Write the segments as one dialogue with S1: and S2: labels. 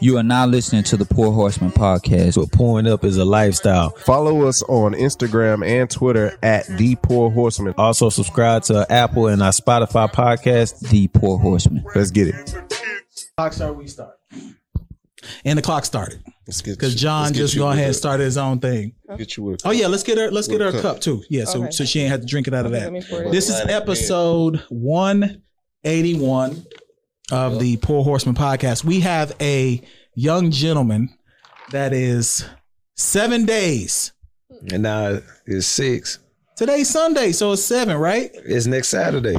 S1: You are now listening to the Poor Horseman podcast.
S2: But pouring up is a lifestyle.
S3: Follow us on Instagram and Twitter at The Poor Horseman.
S2: Also, subscribe to our Apple and our Spotify podcast.
S1: The Poor Horseman.
S3: Let's get it.
S4: clock start, we start. And the clock started
S3: Let's get
S4: because John just go ahead and started his own thing.
S3: Get you with
S4: Oh yeah, let's get her. Let's get her a
S3: With a
S4: cup,
S3: cup.
S4: too. Yeah, so
S5: Okay.
S4: so she ain't have to drink it out of
S5: Okay,
S4: that.
S5: let me pour it.
S4: This is
S3: Light it, man.
S4: episode one eighty one of the Poor Horseman podcast. We have a young gentleman that is seven days.
S6: And now it's six.
S4: Today's Sunday, so it's seven, right?
S6: It's next Saturday.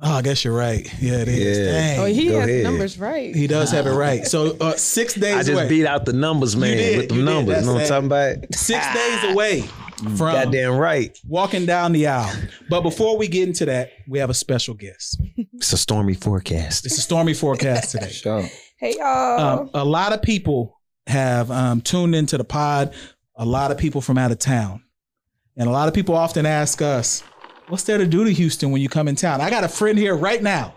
S4: Oh, I guess you're right. Yeah, it is.
S6: Yeah.
S4: Dang.
S5: Oh, he
S6: Go
S5: has the
S6: ahead.
S5: numbers right.
S4: He does have it right. So uh, six days
S6: I just
S4: away.
S6: beat out the numbers, man,
S4: did,
S6: with the
S4: you did.
S6: numbers. You know
S4: That's
S6: what I'm talking about?
S4: six days away from
S6: Goddamn right.
S4: walking down the aisle. But before we get into that, we have a special guest.
S6: It's a stormy forecast.
S4: It's a stormy forecast today.
S5: Hey y'all.
S4: Um, a lot of people have um, tuned into the pod. A lot of people from out of town, and a lot of people often ask us, "What's there to do to Houston when you come in town?" I got a friend here right now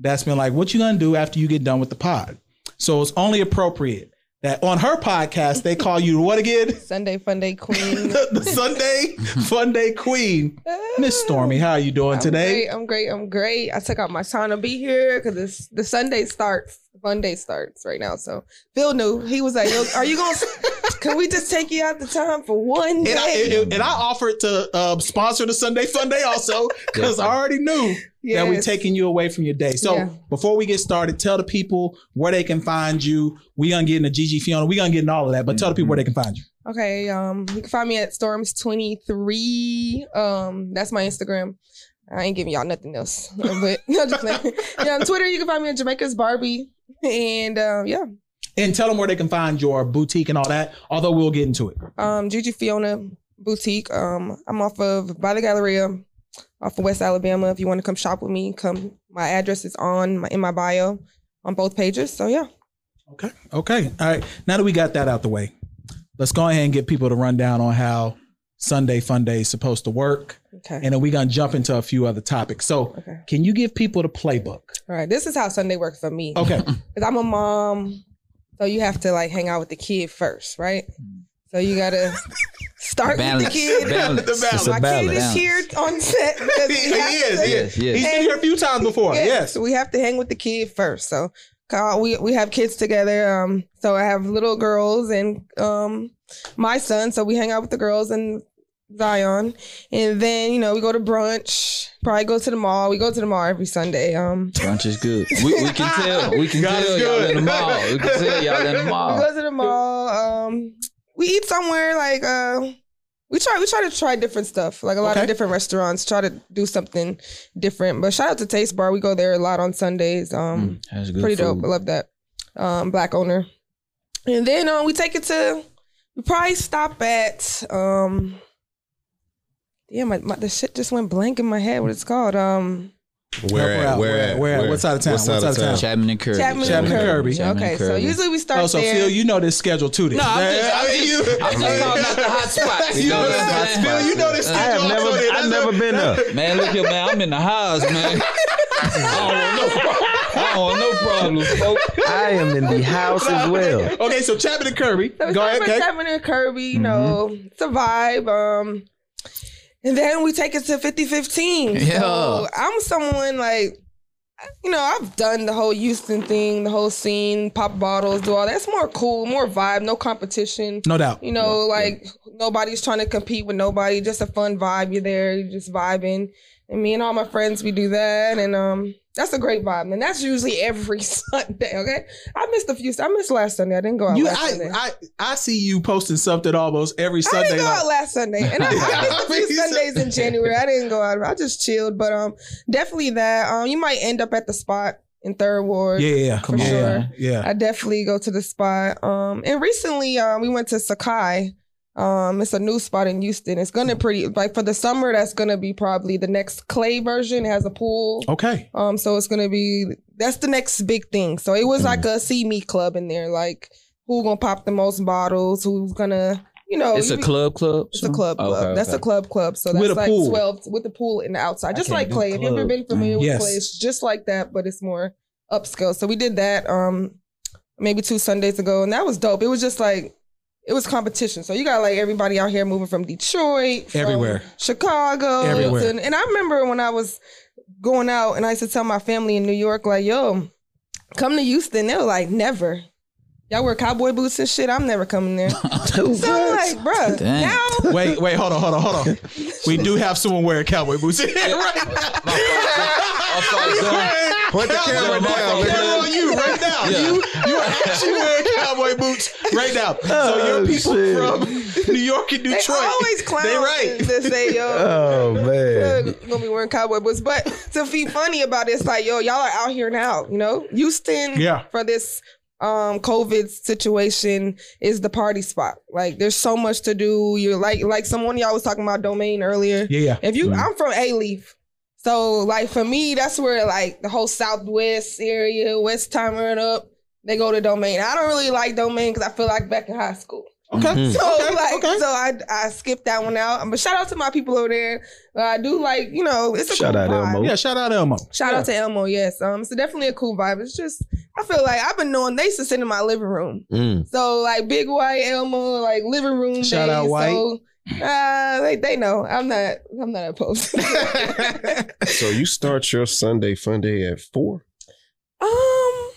S4: that's been like, "What you gonna do after you get done with the pod?" So it's only appropriate that on her podcast they call you what again?
S5: Sunday Fun Day Queen.
S4: the, the Sunday Fun Day Queen, Miss Stormy. How are you doing
S5: I'm
S4: today?
S5: Great, I'm great. I'm great. I took out my time to be here because it's the Sunday starts. Fun day starts right now. So Phil knew he was like, Yo, "Are you gonna? can we just take you out the time for one day?"
S4: And I, and- and I offered to uh, sponsor the Sunday Fun Day also because I already knew that we're
S5: Yes.
S4: taking you away from your day. So
S5: Yeah.
S4: before we get started, tell the people where they can find you. We gonna get into Gigi Fiona. We gonna get into all of that, but tell the people where they can find you.
S5: Okay, um, you can find me at Storms23. Um, that's my Instagram. I ain't giving y'all nothing else. But no, just playing. yeah, on Twitter you can find me at Jamaica's Barbie. And um, yeah.
S4: And tell them where they can find your boutique and all that. Although we'll get into it.
S5: Um, Gigi Fiona Boutique. Um, I'm off of by the Galleria, off of West Alabama. If you want to come shop with me, come. My address is on my in my bio on both pages. So yeah.
S4: Okay. Okay. All right. Now that we got that out the way, let's go ahead and get people to run down on how Sunday Fun Day is supposed to work.
S5: Okay.
S4: And then we're gonna jump into a few other topics. So
S5: okay.
S4: can you give people the playbook?
S5: All right. This is how Sunday works for me.
S4: Okay.
S5: Because I'm a mom, so you have to like hang out with the kid first, right? So you gotta start with
S1: Balance.
S5: the kid.
S1: Balance.
S4: The balance. It's
S6: a
S5: My kid is
S1: balance.
S5: here on set. because we
S4: He
S5: have
S4: is,
S5: to-
S4: he
S1: Yes, yes.
S4: He's been here a few times before. Yes.
S5: so we have to hang with the kid first. So uh, we we have kids together. Um, so I have little girls and um my son. So we hang out with the girls and Zion, and then you know we go to brunch. Probably go to the mall. We go to the mall every Sunday. Um,
S1: Brunch is good. We, we can tell. We can
S4: God is
S1: tell y'all
S4: good.
S1: in the mall. We can tell y'all in the
S5: we
S1: mall.
S5: go to the mall. Um, we eat somewhere like uh, we try we try to try different stuff, like a lot
S4: Okay.
S5: of different restaurants. Try to do something different. But shout out to Taste Bar. We go there a lot on Sundays. Um,
S1: Mm, that's good.
S5: pretty
S1: food.
S5: dope. I love that. Um, black owner. And then um, we take it to we probably stop at um. Yeah, my, my the shit just went blank in my head. What it's called? Um,
S4: Help her out. Where at? Where at? What side of town? What side of town?
S1: Chapman and Kirby.
S5: Chapman,
S4: Chapman
S5: and
S4: and
S5: Kirby.
S4: Kirby.
S1: Chapman
S5: okay,
S1: and
S5: so
S1: Kirby.
S5: usually we start
S4: Oh, so
S5: there.
S4: Phil, you know this schedule too. Then.
S1: No, I'm just-
S4: Yeah,
S1: I'm
S4: I
S1: just-
S4: mean, you-
S1: I'm just calling out the hot spots.
S4: You
S1: know
S4: know
S1: the hot
S4: this, Phil.
S1: spots.
S4: You know this
S1: I
S4: schedule.
S6: I have never,
S4: too.
S6: I
S4: That's
S6: never
S4: a-
S6: been there.
S1: Man, look here, man. I'm in the house, man. I don't want no problem. I don't want no problem. folks.
S6: I am in the house as well.
S4: Okay, so Chapman and Kirby.
S5: So we
S4: Go
S5: start
S4: ahead, Mm-hmm.
S5: with
S4: okay.
S5: Chapman and Kirby. You know, it's a vibe. Um, and then we take it to 50-15.
S1: Yeah.
S5: So I'm someone like, you know, I've done the whole Houston thing, the whole scene, pop bottles, do all that. It's more cool, more vibe, no competition.
S4: No doubt.
S5: You know, like nobody's trying to compete with nobody. Just a fun vibe. You're there, you're just vibing. And me and all my friends, we do that, and um, that's a great vibe. And that's usually every Sunday. Okay, I missed a few. I missed last Sunday. I didn't go out.
S4: You,
S5: last
S4: I,
S5: Sunday.
S4: I, I see you posting something almost every
S5: I
S4: Sunday.
S5: didn't go
S4: like-
S5: out last Sunday, and I, I missed a
S4: I mean,
S5: few
S4: you said-
S5: Sundays in January. I didn't go out. I just chilled, but um, definitely that. Um, you might end up at the spot in Third Ward.
S4: yeah, yeah,
S1: Come
S5: For
S4: yeah,
S1: on,
S5: sure.
S1: man.
S4: yeah.
S5: I definitely go to the spot. Um, and recently, um, we went to Sakai. Um, it's a new spot in Houston. It's gonna pretty like for the summer. That's gonna be probably the next clay version. It has a pool.
S4: Okay.
S5: Um, so it's gonna be that's the next big thing. So it was like
S4: Mm.
S5: a see me club in there. Like who gonna pop the most bottles? Who's gonna you know?
S1: It's
S5: Oh, you
S1: a
S5: be-
S1: club club?
S5: It's a club club.
S1: Okay,
S5: That's
S1: okay.
S5: a club club. So
S4: With
S5: that's
S4: a
S5: like
S4: pool.
S5: twelve with the pool in the outside, just
S6: can't
S5: like
S6: do
S5: Clay. If you've ever
S6: club.
S5: been familiar with
S4: Yes.
S5: Clay, it's just like that, but it's more upscale. So we did that. Um, maybe two Sundays ago, and that was dope. It was just like it was competition. So you got like everybody out here moving from Detroit, from
S4: Everywhere.
S5: Chicago,
S4: Everywhere.
S5: And, and I remember when I was going out, and I used to tell my family in New York, like, "Yo, come to Houston." They were like, "Never." Y'all wear cowboy boots and shit. I'm never coming there. so I'm like, bruh,
S1: Dang.
S5: now
S4: Wait, wait, hold on, hold on, hold on. We do have someone wearing cowboy boots.
S1: I thought so.
S3: Put the camera down, nigga.
S4: on you right now. You, you are actually wearing cowboy boots right now. So
S6: Oh,
S4: your people from New York and
S5: they
S4: Detroit,
S5: always clown.
S4: they right.
S5: They say, "Yo,
S6: Oh man.
S5: Doug gonna be wearing cowboy boots. But to be funny about it, it's like, yo, y'all are out here now, you know? Houston
S4: Yeah.
S5: for this um COVID situation is the party spot. Like there's so much to do. You're like like someone y'all was talking about domain earlier.
S4: Yeah, yeah. Mm-hmm.
S5: If you I'm from A Leaf. So like for me, that's where like the whole Southwest area, West Timer up, they go to domain. I don't really like domain because I feel like back in high school.
S4: Okay.
S6: Mm-hmm.
S5: So like,
S4: okay.
S5: so I I skipped that one out. But shout out to my people over there. Uh, I do like you know it's a
S6: Shout
S5: cool
S6: out
S5: vibe.
S6: Elmo.
S4: Yeah, shout out Elmo.
S5: Shout out to Elmo. Yes, um, so definitely a cool vibe. It's just I feel like I've been knowing they used to sit in my living room.
S6: Mm.
S5: So like big white Elmo, like living room.
S4: Shout out
S5: days,
S4: White.
S5: So, uh, like they know I'm not I'm not opposed. um,
S3: So you start your Sunday fun day at four.
S5: Um,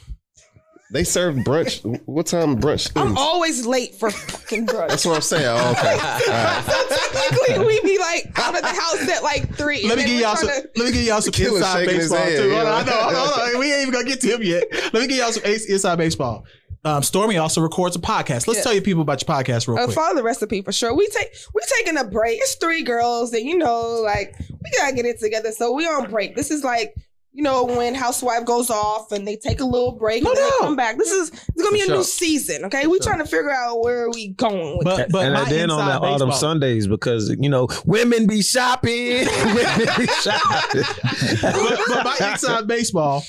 S3: They serve brunch. What time brunch?
S5: I'm
S3: ends?
S5: always late for fucking brunch.
S3: That's what I'm saying. Oh, okay. All right.
S5: So technically, we be like out of the house at like three.
S4: Let me
S5: and then
S4: give
S5: we
S4: y'all some.
S5: tryna-
S4: Let me give y'all some
S3: Killer's
S4: inside
S3: shaking his
S4: baseball
S3: head,
S4: too.
S3: you
S4: Hold
S3: know?
S4: on, I know, hold on, hold on. We ain't even gonna get to him yet. Let me give y'all some ace- inside baseball. Um, Stormy also records a podcast. Let's
S5: Yeah.
S4: tell you people about your podcast real
S5: Uh,
S4: quick.
S5: follow the recipe for sure. We take we taking a break. It's three girls, and you know, like we gotta get it together. So we on break. This is like you know when housewife goes off and they take a little break
S4: No
S5: and then
S4: doubt.
S5: they come back. This is it's gonna be a
S1: sure.
S5: new season. Okay, we trying to figure out where we going with
S4: But but
S6: and
S4: my
S6: then on
S4: inside
S6: that autumn
S4: baseball-
S6: Sundays because you know women be shopping. women be shopping.
S4: but, but by inside baseball,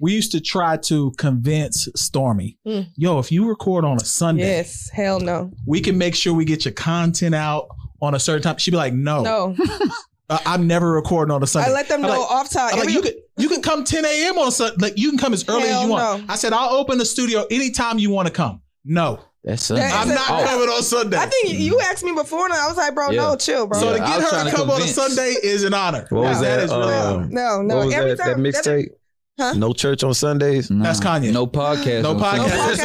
S4: we used to try to convince Stormy,
S5: Mm.
S4: yo, if you record on a Sunday,
S5: Yes, hell no,
S4: we can make sure we get your content out on a certain time. She'd be like, no,
S5: no.
S4: uh, I'm never recording on a Oh, Sunday.
S5: I let them
S4: I'm
S5: know
S4: like-
S5: off top.
S4: I'm like,
S5: Every-
S4: you could you can come 10 a.m. on Sunday. Like you can come as early as you
S5: Hell
S4: want.
S5: no.
S4: I said I'll open the studio anytime you want to come. No,
S1: That's
S5: That-
S1: something.
S4: I'm not
S5: Oh.
S4: coming on Sunday.
S5: I think you asked me before, and I was like, bro,
S1: Yeah.
S5: no, chill, bro.
S4: so to
S1: Yeah, I
S4: get
S1: was
S4: her
S1: trying
S4: to
S1: to
S4: come on a
S1: convince.
S4: Sunday is an honor.
S6: What was
S5: No,
S6: that?
S4: that is really-
S6: uh,
S5: no, no.
S6: what was
S5: Every
S6: that? That
S5: time
S6: mixtape?
S5: Huh?
S6: No church on Sundays.
S1: Nah.
S4: That's Kanye.
S1: No podcast.
S4: No
S1: on
S4: podcast.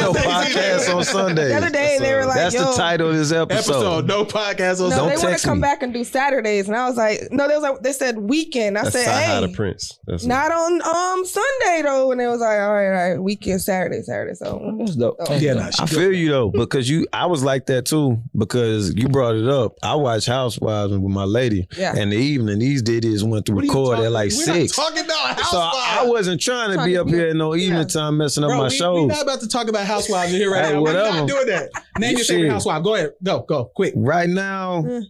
S1: Sunday.
S5: No
S6: There's no podcast on Sundays.
S5: The other day, they were like,
S6: That's
S5: yo,
S6: the title of this episode.
S4: Episode no podcast on
S5: No,
S6: Don't
S5: they want
S6: text
S5: to come
S6: me.
S5: back and do Saturdays, and I was like, no, they was like, they said weekend. I
S3: That's
S5: said,
S3: Sci High to
S5: hey,
S3: Prince. That's
S5: not on um Sunday though, and they was like, all right, all right, weekend, Saturday, Saturday. So
S1: That's dope.
S5: Oh.
S1: That's
S4: Yeah,
S1: dope.
S4: nah, she
S6: I
S4: good.
S6: feel you though, because you I was like that too, because you brought it up. I watched Housewives with my lady
S5: Yeah.
S6: in the evening. These ditties went to
S4: What are you
S6: record
S4: talking-
S6: at like
S4: we're not
S6: six.
S4: talking about
S6: So I, I
S4: Housewives.
S6: wasn't trying to
S5: Talking
S6: be up
S5: to you.
S6: here in no evening
S5: Yeah.
S6: time messing up
S4: Bro,
S6: my
S4: we,
S6: shows.
S4: We're not about to talk about housewives in here right
S6: Hey,
S4: now. We're
S6: whatever.
S4: not doing that. Name your favorite
S6: Shit.
S4: housewife. Go ahead. Go, go, quick.
S6: right now,
S5: Mm.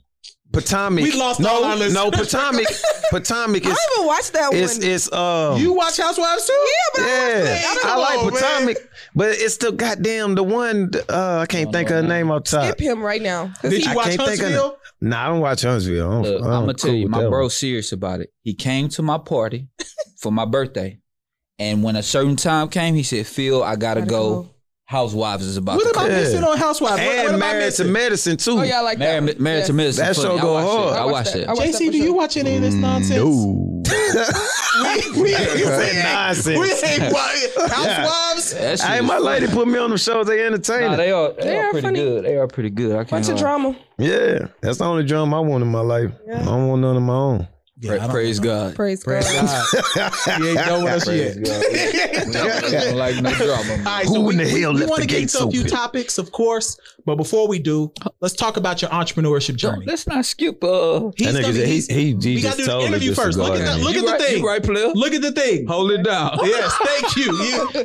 S6: Potomac.
S4: We lost
S6: no,
S4: all our listeners.
S6: no Potomac. Potomac
S5: I
S6: is
S5: haven't watched that
S6: it's
S5: one.
S6: it's um
S4: You watch Housewives too?
S5: yeah, but
S6: yeah,
S5: I,
S6: I
S5: I
S6: like
S4: Come on, man.
S6: Potomac, but it's the goddamn the one. Uh, I can't think of her name off top.
S5: skip him right now. 'Cause
S4: Did
S5: he-
S4: you
S6: I
S4: watch
S6: can't think of
S4: Huntsville?
S6: Nah, I don't watch Huntsville. I don't,
S1: Look,
S6: I
S1: I'm
S6: don't
S1: gonna tell
S6: cool
S1: you,
S6: with
S1: my
S6: that
S1: bro
S6: one.
S1: serious about it. He came to my party for my birthday, and when a certain time came, he said, "Phil, I gotta,
S5: Gotta
S1: go.
S5: go.
S1: Housewives is about
S4: What
S1: to
S4: am I
S1: come."
S6: Yeah.
S4: missing on Housewives? What, what am
S6: and
S4: I
S6: married to
S4: missing?
S6: medicine too.
S5: oh yeah, I like
S1: Married,
S5: that.
S1: married to
S5: Yes.
S1: medicine.
S6: That
S1: funny.
S6: show go
S1: I watched
S6: hard.
S1: It. I
S5: watched
S1: watched
S5: that.
S1: it.
S5: I watched that
S4: JC,
S5: for
S4: do
S5: sure.
S4: you watch any of this nonsense?
S6: No.
S4: we, we ain't saying
S6: nonsense.
S4: We ain't wa- Housewives.
S1: That shit
S6: Hey,
S1: is
S6: my
S1: funny.
S6: lady put me on them shows. They
S1: Nah,
S6: entertaining.
S1: they are. They,
S5: They
S1: are,
S5: are
S1: pretty
S5: funny.
S1: good. They are pretty good. I can't.
S5: Bunch of
S1: lie.
S5: drama.
S6: yeah, that's the only drum I want in my life. I don't want none of my own.
S1: Pra- praise God.
S5: Praise,
S4: Praise
S5: God.
S4: God. You ain't done with us
S1: Praise
S4: yet.
S1: God. I don't like no drama.
S4: All right,
S6: Who
S4: so
S6: in
S4: we,
S6: the hell left
S4: we,
S6: the
S4: want to get
S6: gates
S4: into a few
S6: open?
S4: topics, of course, but before we do, let's talk about your entrepreneurship
S1: Don't-
S4: journey.
S1: Let's not skip. Uh,
S4: He's
S6: that
S4: gonna-
S6: nigga,
S4: he's-
S6: he, he, he
S4: we
S6: just
S4: gotta do the
S6: totally
S4: interview first. Look at
S6: disregarded
S4: that-
S6: me.
S4: look-
S1: you
S4: at the
S1: right,
S4: thing.
S1: You right, player?
S4: Look at the thing.
S1: Hold it down.
S4: Yes, thank you. You,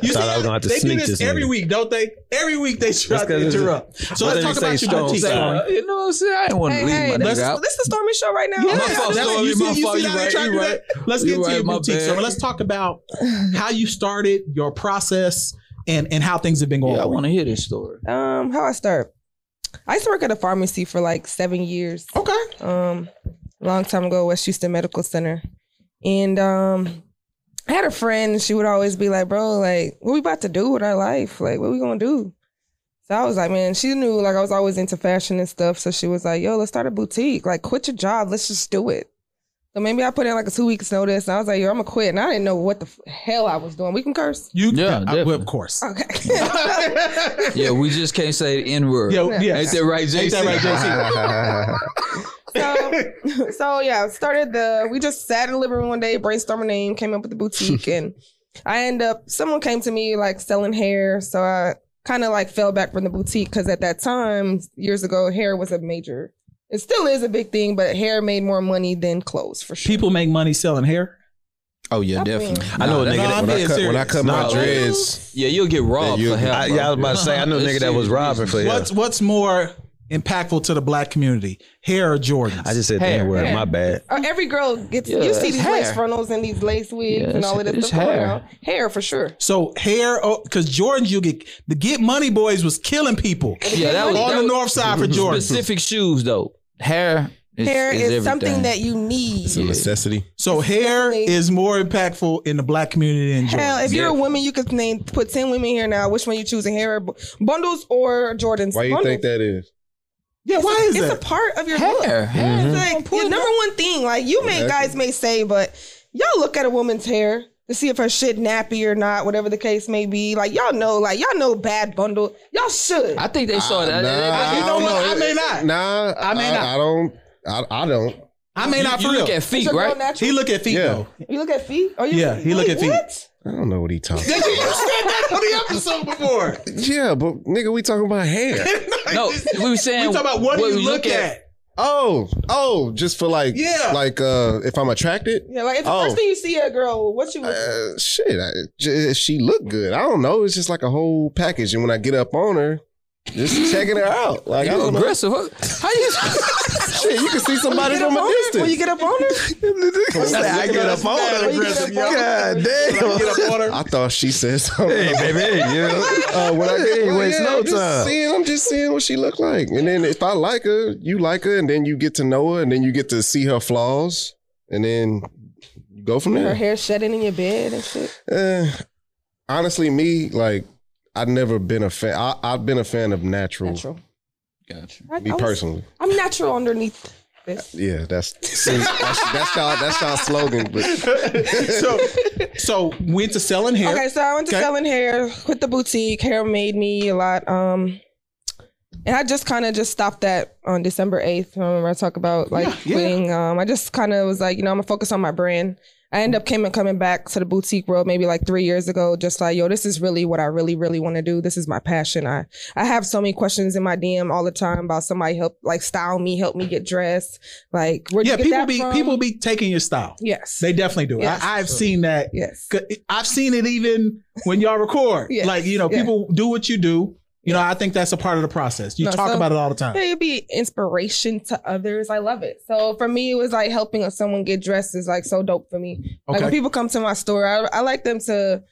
S4: you see,
S6: Thought I was gonna have to
S4: they
S6: sneak
S4: do this,
S6: this
S4: every
S6: in.
S4: week, don't they? Every week they try
S6: That's 'cause
S4: to
S6: it's-
S4: interrupt. So
S6: why
S4: let's
S6: did
S4: talk
S6: he say
S4: about your
S6: Stone
S4: boutique.
S6: Sour?
S4: Storm.
S1: Uh, you know what I'm saying? I didn't want to
S5: Hey,
S1: leave
S5: hey,
S1: my
S5: let's-
S1: nigga out.
S5: this is Stormy show right now.
S1: My
S4: Yeah,
S1: fault,
S4: that's-
S1: Stormy,
S4: you see,
S1: my
S4: you
S1: fault.
S4: see
S1: You
S4: how they
S1: right,
S4: try to
S1: you
S4: do
S1: right.
S4: that? Let's
S1: You
S4: get to
S1: right,
S4: your
S1: my
S4: boutique.
S1: bad.
S4: So let's talk about how you started, your process, and and how things have been going.
S1: Yeah, I
S4: for you.
S1: want to hear this story.
S5: Um, how I start? I used to work at a pharmacy for like seven years.
S4: Okay.
S5: um, a long time ago, West Houston Medical Center. And um, I had a friend, and she would always be like, bro, like, what we about to do with our life? Like, what we gonna do? So I was like, man, she knew like I was always into fashion and stuff. So she was like, yo, let's start a boutique. Like, quit your job. Let's just do it. So maybe I put in like a two weeks notice, and I was like, yo, I'm gonna quit. And I didn't know what the f- hell I was doing. We can curse.
S4: You,
S1: Yeah,
S4: I, well,
S1: definitely.
S4: of course.
S5: Okay.
S1: Yeah, we just can't say the N word.
S4: Yo,
S5: Yeah.
S4: yeah.
S1: Ain't that right, JC?
S4: Ain't that right, JC?
S5: so, so yeah, started the. We just sat in the living room one day, brainstormed a name, came up with the boutique, and I end up. Someone came to me like selling hair, so I kind of like fell back from the boutique because at that time, years ago, hair was a major. It still is a big thing, but hair made more money than clothes for sure.
S4: People make money selling hair.
S1: Oh yeah,
S5: Stop
S1: definitely.
S5: being-
S1: I know a
S4: Nah,
S1: nigga.
S4: nah,
S1: that-
S4: I'm
S3: When I
S4: being
S3: cut, when I
S4: serious.
S3: cut
S1: Nah,
S3: my dreads,
S1: yeah, you'll get robbed
S3: you-
S1: for hell.
S6: I,
S1: bro.
S6: yeah, I was about to say, I know a nigga that was robbing for hell.
S4: What's what's more impactful to the black community, hair or Jordans?
S6: I just said
S1: Hair.
S6: that word.
S5: Hair.
S6: My bad.
S5: Uh, Every girl gets.
S1: Yeah,
S5: you see
S1: it's
S5: these lace
S1: hair.
S5: frontals and these lace wigs
S1: Yeah,
S5: and
S1: it's-
S5: all of
S1: it's
S5: this stuff. going
S1: hair.
S5: around. hair for sure.
S4: so hair, oh, because Jordans, you get the Get Money Boys was killing people
S1: yeah, that was,
S4: on
S1: that
S4: the
S1: was
S4: north side for Jordans.
S1: specific shoes though. Hair is,
S5: hair is,
S1: everything.
S5: something that you need.
S3: it's a necessity.
S4: So hair
S5: Definitely.
S4: is more impactful in the black community than
S5: Hell,
S4: Jordans.
S5: if you're a
S1: Yeah.
S5: woman, you could name put ten women here now. Which one you choosing? Hair bu- bundles or Jordans?
S3: Why you
S5: bundles.
S3: think that is?
S4: Yeah, why is
S5: It's
S4: that?
S5: a part of your look.
S1: hair. hair.
S5: It's like your number one thing. Like you may
S3: Exactly.
S5: guys may say, but y'all look at a woman's hair to see if her shit nappy or not, whatever the case may be. Like y'all know, like y'all know bad bundle. Y'all should.
S1: I think they saw that.
S3: nah,
S1: They-
S3: I
S4: you know
S3: don't
S4: what?
S3: know.
S4: I may not.
S3: Nah,
S4: I may not.
S3: I, don't. I, I don't.
S4: I may
S1: you-
S4: not
S1: you
S4: for
S1: look
S4: real.
S1: at
S5: Is
S1: feet,
S5: your girl
S1: right?
S5: natural?
S4: He look at feet
S3: Yeah.
S4: though.
S5: you look at feet? Are you
S4: Yeah, he look
S5: Wait,
S4: at feet.
S5: What?
S3: I don't know what he talking. about.
S4: you said that on the episode before.
S3: yeah, but nigga, we talking about hair.
S1: No, we were saying
S4: We talking about what, do you
S1: we
S4: look, at?
S3: oh, oh, just for like,
S4: Yeah.
S3: like uh, if I'm attracted.
S5: Yeah, like if the
S3: Oh.
S5: first thing you see a girl, what you
S3: Uh, shit, I, j- she looked good. I don't know. It's just like a whole package. And when I get up on her, just checking her out. Like I
S1: You
S3: don't know.
S1: aggressive? Huh? How you?
S3: Shit, you can see somebody
S5: get up
S3: from a
S5: on her? When you
S3: distance.
S5: get up on her,
S6: I get up on
S5: When you get up on her,
S6: God damn.
S4: Get up on her.
S3: I thought she said something.
S6: Hey, baby. Hey, yeah.
S3: Uh, when I get,
S6: Hey, waste no
S3: I'm
S6: time.
S3: Just seeing, I'm just seeing what she look like, and then if I like her, you like her, and then you get to know her, and then you get to see her flaws, and then you go from
S5: her
S3: there.
S5: hair shedding in your bed and shit.
S3: Eh, honestly, me like I've never been a fan. I, I've been a fan of natural.
S5: Natural.
S1: Gotcha.
S5: I-
S3: Me
S5: I was-
S3: personally,
S5: I'm natural underneath this.
S3: yeah, that's see, that's, that's y'all that's y'all slogan. But
S4: so, so went to selling hair.
S5: Okay, so I went to
S4: Okay.
S5: selling hair, quit the boutique. Hair made me a lot. Um, and I just kind of just stopped that on December eighth. Remember I talk about like
S4: Yeah, yeah.
S5: quitting. Um, I just kind of was like, you know, I'm gonna focus on my brand. I end up came and coming back to the boutique world maybe like three years ago, just like, yo, this is really what I really, really want to do. This is my passion. I I have so many questions in my DM all the time about somebody help like style me, help me get dressed. Like where
S4: yeah,
S5: you get
S4: people
S5: that
S4: be
S5: from?
S4: people be taking your style.
S5: Yes.
S4: They definitely do.
S5: Yes.
S4: I, I've seen that.
S5: yes.
S4: 'Cause I've seen it even when y'all record.
S5: Yes.
S4: Like you know,
S5: Yeah.
S4: people do what you do. You know, I think that's a part of the process. You
S5: No,
S4: talk
S5: so-
S4: about it all the time.
S5: Yeah, you'd be inspiration to others. I love it. So for me, it was like helping someone get dressed is like so dope for me. Like when
S4: Okay.
S5: people come to my store, I, I like them to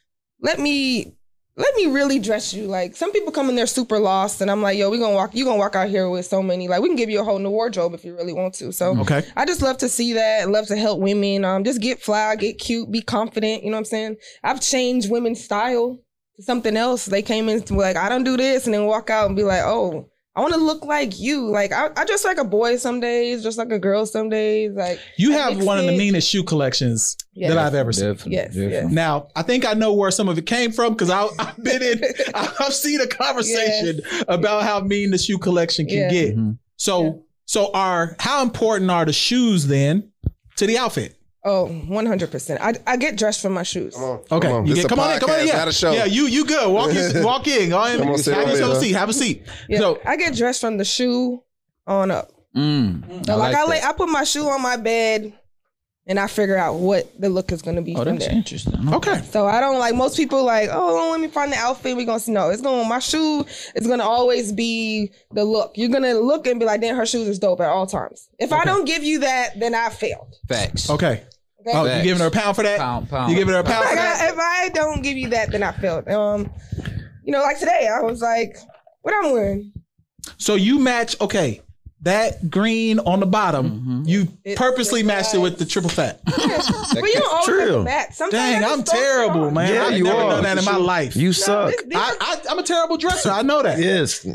S5: let me let me really dress you. Like some people come in there super lost, and I'm like, yo, we gonna walk. You gonna walk out here with so many. Like we can give you a whole new wardrobe if you really want to. So
S4: Okay.
S5: I just love to see that. Love to help women. Um, just get fly, get cute, be confident. You know what I'm saying? I've changed women's style to something else. They came in to be like, I don't do this, and then walk out and be like, oh, I want to look like you. Like I, I dress like a boy some days, just like a girl some days. Like
S4: You
S5: I
S4: have
S5: mix
S4: one of the
S5: it.
S4: meanest shoe collections
S5: yeah.
S4: that I've ever seen.
S1: Definitely.
S5: Yes,
S1: definitely.
S5: yes.
S4: Now, I think I know where some of it came from because I've been in, I've seen a conversation about how mean the shoe collection can
S5: Yeah.
S4: get.
S1: Mhm.
S4: So,
S5: Yeah.
S4: so are how important are the shoes then to the outfit?
S5: oh, 100. percent I I get dressed for my shoes.
S3: come on,
S4: Okay,
S3: come on,
S4: you
S3: This
S4: get,
S3: a
S4: come on in, come on in,
S3: podcast,
S4: yeah,
S3: not a show.
S4: yeah. You you good? Walk in, walk in. Go in.
S3: Come on, sit
S4: have
S3: right
S4: yourself a
S3: there.
S4: seat. Have a seat.
S5: Yeah,
S4: So
S5: I get dressed from the shoe on up.
S1: Mm.
S5: like, I lay,
S1: that.
S5: I put my shoe on my bed, and I figure out what the look is gonna be
S1: Oh,
S5: from
S1: that's
S5: there.
S1: interesting.
S4: okay,
S5: So I don't like most people like, oh, let me find the outfit. We're gonna see. No, it's gonna my shoe is gonna always be the look. You're gonna look and be like, damn, her shoes is dope at all times. If I don't give you that, then I failed.
S1: Facts.
S4: okay.
S5: Okay.
S4: Oh, you
S1: Facts.
S4: giving her a pound for that?
S1: Pound, pound.
S4: You giving her a pound for
S5: Like,
S4: that?
S5: I, if I don't give you that, then I failed. Um, you know, like today, I was like, what I'm wearing.
S4: So you match. Okay, that green on the bottom,
S6: Mm-hmm.
S1: Mhm.
S4: you
S5: It's
S4: purposely
S5: just
S4: matched it with
S5: like-
S4: the triple fat.
S5: but you don't always have
S6: Trill.
S5: to match. Sometimes
S4: Dang,
S5: that's
S4: I'm
S5: so
S4: terrible,
S5: strong.
S4: man.
S6: Yeah,
S4: I've
S6: you
S4: never
S6: are.
S4: done that in my life.
S6: You
S5: No,
S6: suck.
S5: it's different.
S4: I, I, I'm a terrible dresser. I know that.
S6: Yes.
S4: I
S6: We,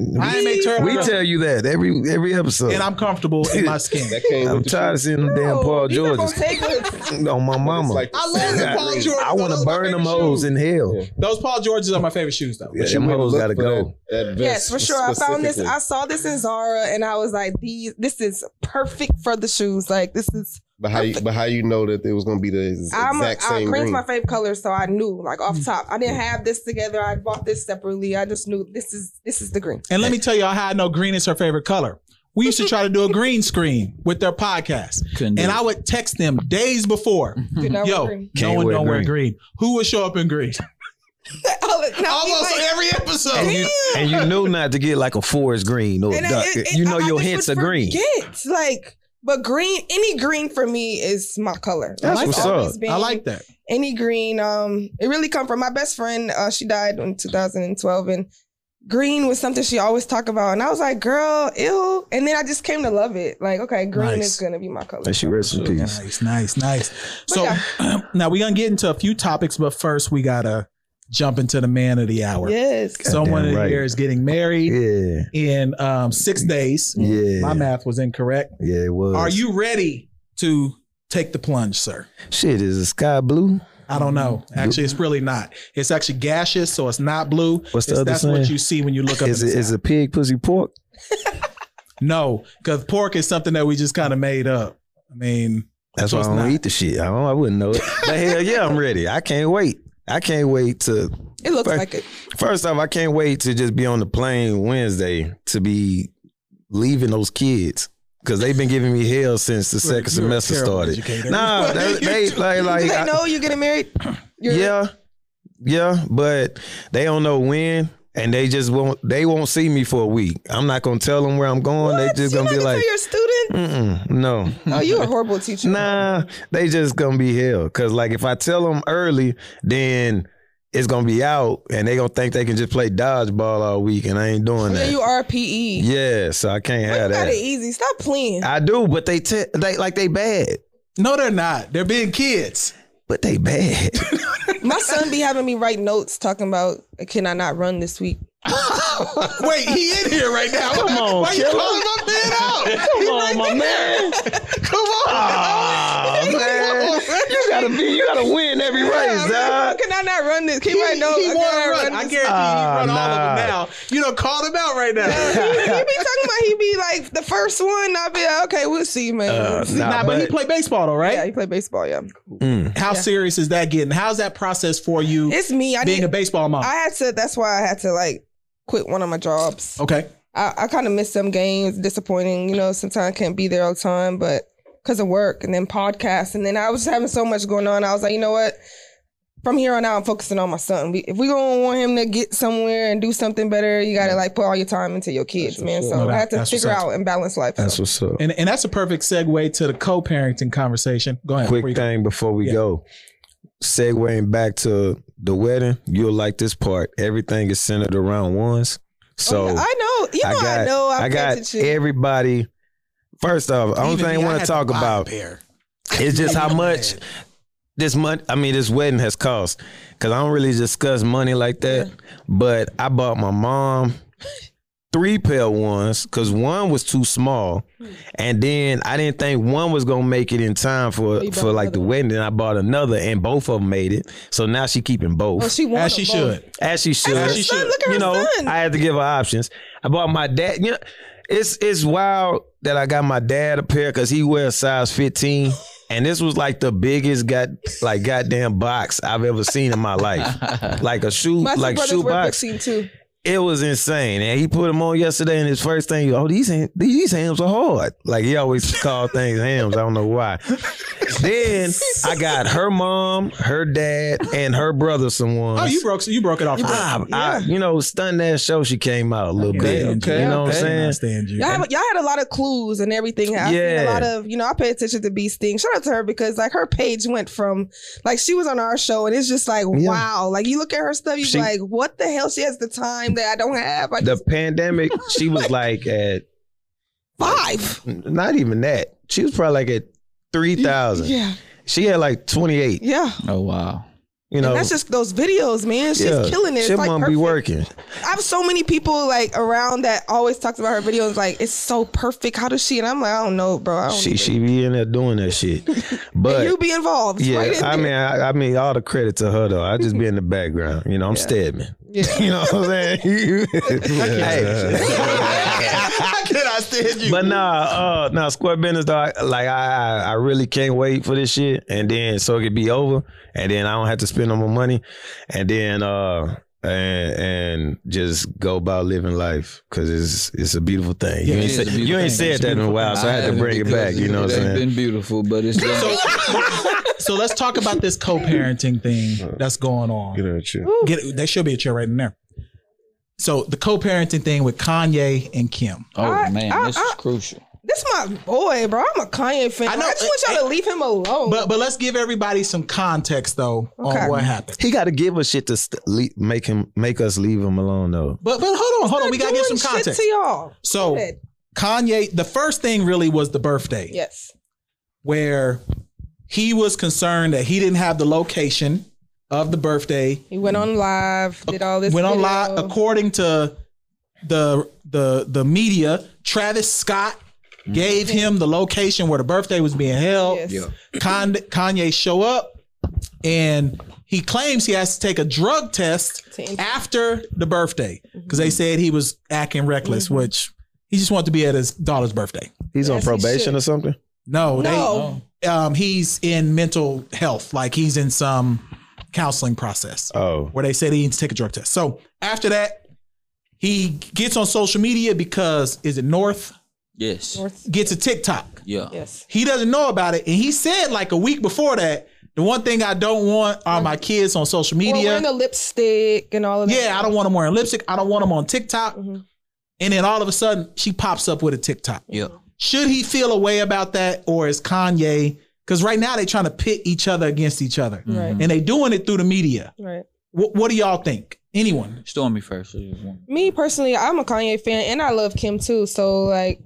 S4: ain't a terrible
S6: we
S4: dresser.
S6: tell you that every every episode.
S4: and I'm comfortable in my skin.
S3: That came
S6: I'm
S3: with the
S6: tired of seeing them damn
S5: No,
S6: Paul
S5: these are
S6: Georges.
S5: gonna take us-
S6: on my mama.
S3: like
S4: I love the Paul
S3: Green.
S4: George.
S6: I want
S4: Those
S6: to
S4: are my
S6: burn them
S4: favorite
S6: hoes
S4: shoes.
S6: in hell.
S3: Yeah.
S4: Those Paul Georges are my favorite shoes, though.
S6: Yeah, them
S3: You
S6: hoes
S3: look
S6: gotta
S3: for
S6: go.
S3: That, that vest
S5: Yes, for sure. I found this. I
S3: specifically.
S5: saw this in Zara, and I was like, "These, this is perfect for the shoes. Like this is."
S3: But how, you, but how you know that it was gonna be the ex-
S5: I'm a,
S3: exact
S5: I,
S3: same
S5: green's
S3: green?
S5: my favorite color, so I knew like off top. I didn't have this together. I bought this separately. I just knew this is this is the green.
S4: And let me tell y'all how I know green is her favorite color. We used to try to do a green screen with their podcast.
S1: Couldn't do
S4: And
S1: it.
S4: I would text them days before.
S5: Did I wear
S4: Yo,
S5: green?
S4: no
S6: Can't
S4: one
S6: wear
S4: don't wear
S6: green.
S4: green. Who would show up in green?
S5: All the- now,
S4: Almost
S5: like-
S4: every episode.
S6: And you, and you knew not to get like a forest green or a
S5: and I-
S6: duck.
S5: it- it-
S6: you know
S5: I- I
S6: your
S5: just
S6: hints are
S5: would
S6: green.
S5: forget, Like, but green, any green for me is my color.
S6: That's
S5: It's
S6: what's
S5: always
S6: up.
S5: been
S4: I like that.
S5: any green. Um, it really come from my best friend. Uh, she died in 2012, and green was something she always talked about. And I was like, "Girl, ill." And then I just came to love it. Like, okay, green
S4: Nice.
S5: is gonna be my color.
S6: And she rest
S4: Oh,
S6: in peace.
S4: Nice, nice, nice.
S5: But
S4: So now we're gonna get into a few topics, but first we gotta jump into the man of the hour.
S5: Yes.
S4: Someone
S6: Goddamn
S4: in
S6: right.
S4: here is getting married
S6: Yeah.
S4: in um, six days.
S6: Yeah.
S4: My math was incorrect.
S6: Yeah, it was.
S4: Are you ready to take the plunge, sir?
S6: Shit, is the sky blue?
S4: I don't know.
S6: Mm-hmm.
S4: Actually, it's really not. It's actually gaseous, so it's not blue.
S6: What's
S4: It's-
S6: the other
S4: that's
S6: saying?
S4: what you see when you look up.
S6: Is
S4: in
S6: it
S4: the
S6: is
S4: sky.
S6: a pig pussy pork?
S4: no, because pork is something that we just kind of made up. I mean,
S6: That's
S4: So
S6: why I
S4: it's
S6: don't
S4: not.
S6: eat the shit. I don't. I wouldn't know it. But hell yeah, I'm ready. I can't wait. I can't wait to.
S5: It looks
S6: Right.
S5: like it.
S6: First off, I can't wait to just be on the plane Wednesday to be leaving those kids because they've been giving me hell since the
S4: you're a
S6: second semester
S4: terrible
S6: started.
S4: educator.
S6: Nah, they, they like like
S5: you didn't
S6: I-
S5: know you're getting married. You're-
S6: yeah, yeah, but they don't know when. And they just won't. They won't see me for a week. I'm not gonna tell them where I'm going.
S5: What?
S6: They just
S5: you
S6: gonna
S5: not
S6: be
S5: gonna
S6: like,
S5: tell your student.
S6: Mm-mm, no,
S5: Oh, you a horrible teacher.
S6: Nah, they just gonna be hell. Cause like if I tell them early, then it's gonna be out, and they gonna think they can just play dodgeball all week, and I ain't doing
S5: Yeah,
S6: that.
S5: you are a PE. Yeah,
S6: yeah, so I can't
S5: you
S6: have
S5: got it
S6: that.
S5: easy. Stop playing.
S6: I do, but they te- they like they bad,
S4: no, they're not. They're being kids.
S6: but they bad.
S5: My son be having me write notes talking about can I not run this week?
S4: Wait, he in here right now. Come on, why you
S6: killer.
S4: calling my man out? Come on, my man. Come on.
S6: oh man, you gotta be, you gotta win every race,
S5: Yeah,
S6: dog.
S5: can I not run this? Can
S4: He,
S5: I
S4: he
S5: not
S4: won
S5: can I
S4: run. I
S5: this
S4: guarantee you he
S6: Ah,
S4: run all of
S6: nah.
S4: them now. You don't call him out right now.
S5: he, he be talking about he be like the first one. I'll be like, okay, we'll see, man.
S6: Uh,
S5: We'll see.
S6: nah,
S4: Nah, but he
S6: but
S4: played baseball though, right?
S5: Yeah, he play baseball. Yeah,
S6: Mm.
S4: How
S5: Yeah.
S4: serious is that getting? How's that process for you
S5: it's me. I
S4: being
S5: need,
S4: a baseball mom?
S5: I had to. That's why I had to like quit one of my jobs.
S4: okay.
S5: I, I kind of miss some games. Disappointing, you know. Sometimes I can't be there all the time, but because of work and then podcasts, and then I was having so much going on. I was like, you know what? From here on out, I'm focusing on my son. We, if we gonna want him to get somewhere and do something better, you gotta like put all your time into your kids, man. So
S4: No doubt.
S5: I had to
S4: That's what's
S5: figure
S4: up.
S5: out and balance life.
S6: That's what's up.
S4: And, and that's a perfect segue to the co-parenting conversation. Go ahead. Where
S6: quick
S4: you go?
S6: thing before we
S4: Yeah.
S6: go. Segueing back to the wedding, you'll like this part. Everything is centered around ones. So
S5: Oh, yeah, I know. You know,
S6: I
S5: I,
S6: got, I,
S5: know. I,
S6: got
S5: planted you.
S6: everybody. First off, only
S4: Even
S6: thing I
S4: me,
S6: want
S4: had
S6: to talk
S4: buy a
S6: about
S4: pair.
S6: is just how
S4: Even me, I
S6: much
S4: had-
S6: this month. I mean, this wedding has cost. Cause I don't really discuss money like that. But I bought my mom three pair of ones because one was too small,
S5: Hmm.
S6: and then I didn't think one was gonna make it in time for
S5: You bought
S6: for like
S5: another
S6: the
S5: one.
S6: wedding. And I bought another, and both of them made it. So now she keeping both.
S5: Oh, she won.
S4: As she
S5: them both.
S4: should.
S6: As she should.
S4: her
S5: Son,
S4: should.
S5: Look at
S6: you
S5: her
S6: know,
S5: son.
S6: I had to give her options. I bought my dad. You know, it's it's wild that I got my dad a pair because he wears size fifteen, and this was like the biggest got like goddamn box I've ever seen in my life. like a shoe,
S5: My two
S6: like
S5: brothers
S6: shoe
S5: were
S6: box.
S5: 15 too.
S6: It was insane, and he put them on yesterday. And his first thing, oh these ham, these hams are hard. Like he always call things hams. I don't know why. then I got her mom, her dad, and her brother. Someone.
S4: Oh, you broke you broke it off.
S6: Ah, I,
S5: Yeah.
S6: you know, stunned that show she came out a little bit.
S4: okay,
S6: you know what
S4: okay. I
S6: I'm saying?
S4: understand you.
S5: Y'all, have, y'all had a lot of clues and everything. I yeah.
S6: Yeah.
S5: a lot of, you know, I pay attention to Beast thing. Shout out to her because like her page went from like she was on our show and it's just like
S6: Yeah.
S5: wow. Like you look at her stuff, you're
S6: She-
S5: like, what the hell? She has the time that I don't have. I
S6: The
S5: just-
S6: pandemic, she was like at
S5: Five.
S6: Not even that. She was probably like at three thousand.
S5: Yeah.
S6: She had like twenty eight.
S5: Yeah.
S1: Oh wow.
S6: You know,
S5: And that's just those videos, man. She's
S6: yeah.
S5: killing it. It's
S6: She
S5: like
S6: won't
S5: perfect.
S6: be working.
S5: I have so many people like around that always talks about her videos. Like it's so perfect. How does she? And I'm like, I don't know, bro. I don't
S6: She
S5: even-
S6: she be in there doing that shit.
S5: And
S6: But
S5: you be involved.
S6: yeah,
S5: right in
S6: I
S5: there.
S6: mean, I, I mean, all the credit to her though. I just be in the background. You know, I'm Stedman.
S5: Yeah.
S6: You know what I'm saying? hey.
S3: Can I stand you?
S6: But nah, uh, nah, Square Business though. I- Like I, I, I really can't wait for this shit, and then so it could be over, and then I don't have to spend no more money, and then uh, and and just go about living life because it's it's a beautiful thing.
S4: Yeah,
S6: you
S4: it
S6: ain't,
S4: is
S6: said,
S4: a beautiful
S6: you ain't
S4: thing.
S6: said
S4: It's
S6: that in a
S4: beautiful.
S6: while, so I, had to
S1: haven't
S6: bring it back.
S1: because
S6: You know what I'm
S1: it ain't
S6: saying?
S1: Been beautiful, but it's just,
S4: So, so let's talk about this co-parenting thing that's going
S3: Get
S4: on.
S3: out of you.
S4: Get that should be a chair right in there. So the co-parenting thing with Kanye and Kim.
S1: oh
S5: I-
S1: man,
S5: I-
S1: this
S5: I-
S1: is crucial.
S5: This my boy, bro. I'm a Kanye fan.
S4: I
S5: I,
S4: know, uh,
S5: just want y'all to leave him alone.
S4: But but let's give everybody some context though
S5: Oh. Okay.
S4: on what happened.
S6: He got to give us shit to st- le- make him make us leave him alone though.
S4: But but hold on, hold on. We gotta give
S5: Doing
S4: some
S5: shit
S4: context. Oh.
S5: to y'all.
S4: So
S5: Good.
S4: Kanye, the first thing really was the birthday.
S5: Yes.
S4: where he was concerned that he didn't have the location of the birthday.
S5: He went on live, did all this.
S4: Went on
S5: video.
S4: live, according to the the the media. Travis Scott gave
S5: Mm-hmm.
S4: him the location where the birthday was being held.
S5: Yes. Yeah.
S4: Con- Kanye show up, and he claims he has to take a drug test
S5: To enter.
S4: after the birthday because they said he was acting reckless, which he just wanted to be at his daughter's birthday.
S6: He's on
S5: Yes, he
S6: probation
S5: should.
S6: or something.
S4: No, they
S5: No.
S4: um, he's in mental health, like he's in some counseling process
S6: Oh,
S4: where they said he needs to take a drug test. So after that, he gets on social media because is it North
S1: Yes.
S4: gets a TikTok.
S1: Yeah.
S5: Yes.
S4: He doesn't know about it, and he said like a week before that, the one thing I don't want are my kids on social
S5: Well,
S4: media.
S5: wearing a lipstick and all of that. Mm-hmm.
S4: yeah, I don't want them wearing lipstick. I don't want them on TikTok. And then all of a sudden, she pops up with a TikTok.
S1: Yeah.
S4: Should he feel a way about that, or is Kanye? Because right now they're trying to pit each other against each other,
S5: Right.
S1: Mm-hmm.
S4: and they doing it through the media.
S5: Right.
S4: What, what do y'all think? Anyone?
S1: Stormy first. she was one.
S5: me personally, I'm a Kanye fan and I love Kim too. So like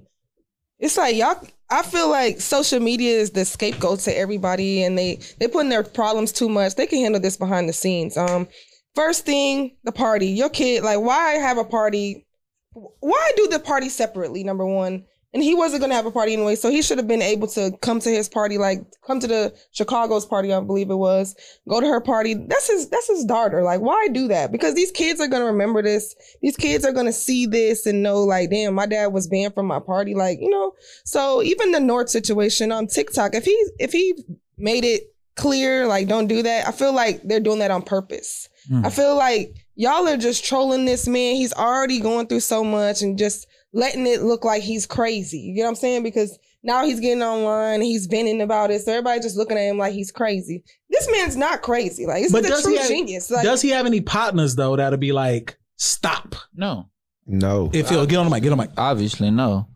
S5: it's like y'all I feel like social media is the scapegoat to everybody and they they putting their problems too much. They can handle this behind the scenes. Um first thing, the party. Your kid like why have a party? Why do the party separately number 1? And he wasn't going to have a party anyway, so he should have been able to come to his party like come to the Chicago's party, I believe it was. Go to her party. That's his that's his daughter. Like why do that? Because these kids are going to remember this these kids are gonna see this and know like, damn, my dad was banned from my party, like you know. So even the North situation on TikTok, if he if he made it clear like don't do that, I feel like they're doing that on purpose.
S4: Hmm.
S5: I feel like y'all are just trolling this man. He's already going through so much and just letting it look like he's crazy. You get what I'm saying? Because now he's getting online, he's venting about it, so everybody just looking at him like he's crazy. This man's not crazy. Like this
S4: But
S5: is
S4: does
S5: a
S4: he
S5: true
S4: have-
S5: genius. Like
S4: Does he have any partners though that'll be like, stop?
S1: No.
S6: no.
S4: If he'll get on the mic, get on the mic.
S1: Obviously no.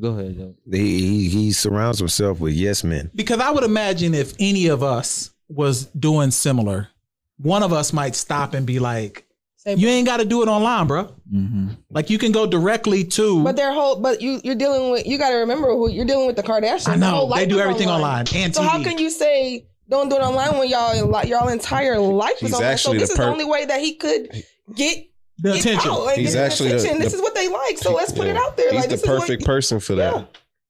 S1: Go ahead though.
S6: He, he he surrounds himself with yes men.
S4: Because I would imagine if any of us was doing similar, one of us might stop and be like,
S5: Say,
S4: you ain't got to do it online, bro.
S1: Mm-hmm.
S4: Like you can go directly to.
S5: But their whole, but you you're dealing with you got to remember who you're dealing with the Kardashians.
S4: I
S5: Their whole
S4: know
S5: life
S4: they do
S5: is
S4: everything online, and
S5: So
S4: TV.
S5: how can you say don't do it online when y'all in li- y'all entire life
S3: He's
S5: is online? So
S3: actually
S5: this
S3: the
S5: is the
S3: per-
S5: only way that he could get
S4: the
S5: get out
S4: attention?
S5: and
S3: He's
S5: get their
S3: actually the-
S5: attention. this
S3: the-
S5: is what they like. So let's put it
S3: Yeah.
S5: out there.
S3: He's
S5: like
S3: the
S5: this is what-
S3: perfect person for that.
S5: Yeah.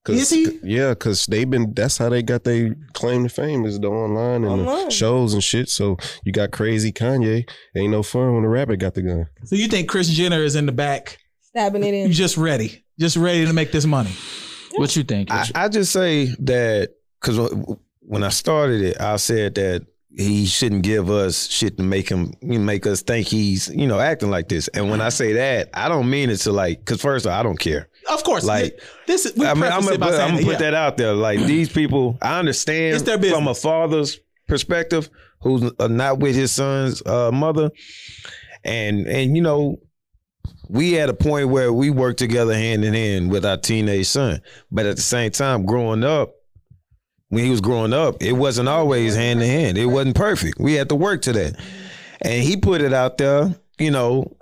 S3: 'Cause-
S4: Is he?
S3: Yeah, because they've been. That's how they got they claim to fame is the online and
S5: Online.
S3: the shows and shit. So you got crazy Kanye. Ain't no fun when the rabbit got the gun.
S4: So you think Chris Jenner is in the back,
S5: stabbing it in.
S4: just ready, just ready to make this money?
S1: What you think?
S6: I, I just say that because when I started it, I said that he shouldn't give us shit to make him you know, make us think he's you know acting like this. And when I say that, I don't mean it to like because first of all, I don't care.
S4: Of course,
S6: Like,
S4: this. is- We
S6: I
S4: I
S6: mean,
S4: am
S6: I'm gonna put, I'm gonna put
S4: yeah.
S6: that out there. Like these people, I understand
S4: It's their
S6: from a
S4: business.
S6: father's perspective who's uh, not with his son's uh, mother, and and you know. We at a point where we work together hand in hand with our teenage son, but at the same time, growing up, when he was growing up, it wasn't always hand in hand. It wasn't perfect. We had to work to that. And he put it out there, you know,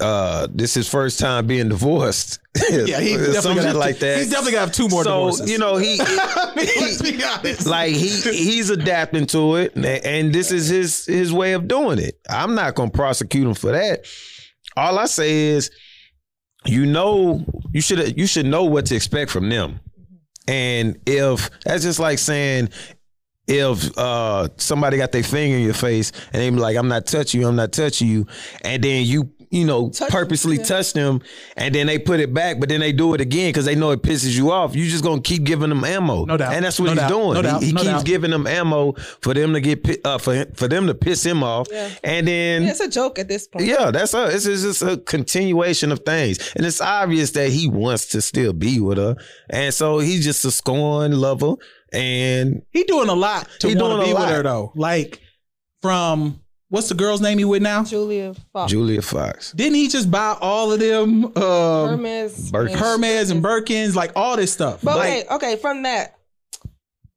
S6: uh, this is first time being divorced.
S4: Yeah, he definitely
S6: something
S4: gotta have
S6: like
S4: two-
S6: that.
S4: He's definitely got two more
S6: so
S4: divorces.
S6: you know he
S4: Let's be honest.
S6: like he he's adapting to it and, and this is his his way of doing it i'm not gonna prosecute him for that all i say is you know you should you should know what to expect from them and if that's just like saying if uh somebody got their finger in your face and they be like i'm not touching you i'm not touching you and then you you know
S5: Touch-
S6: purposely
S5: yeah.
S6: touch them and then they put it back but then they do it again because they know it pisses you off you just gonna keep giving them ammo
S4: No doubt.
S6: and that's what
S4: No
S6: he's
S4: doubt.
S6: doing.
S4: No
S6: He-
S4: doubt.
S6: he
S4: No
S6: keeps
S4: doubt.
S6: giving them ammo for them to get pi- uh, for him- for them to piss him off,
S5: Yeah.
S6: and then.
S5: Yeah,
S6: Yeah.
S5: it's a joke at this point.
S6: that's a it's it's just a continuation of things, and it's obvious that he wants to still be with her, and so he's just a scorn lover, and
S4: He doing a lot to
S6: He
S4: want
S6: doing
S4: to
S6: a
S4: be with
S6: lot.
S4: her though. Like from what's the girl's name he with now?
S5: Julia Fox.
S6: Julia Fox.
S4: Didn't he just buy all of them um,
S5: Hermes.
S6: Birkin.
S4: Hermes and Birkins, like all this stuff?
S5: But
S4: Like-
S5: okay, okay, from that,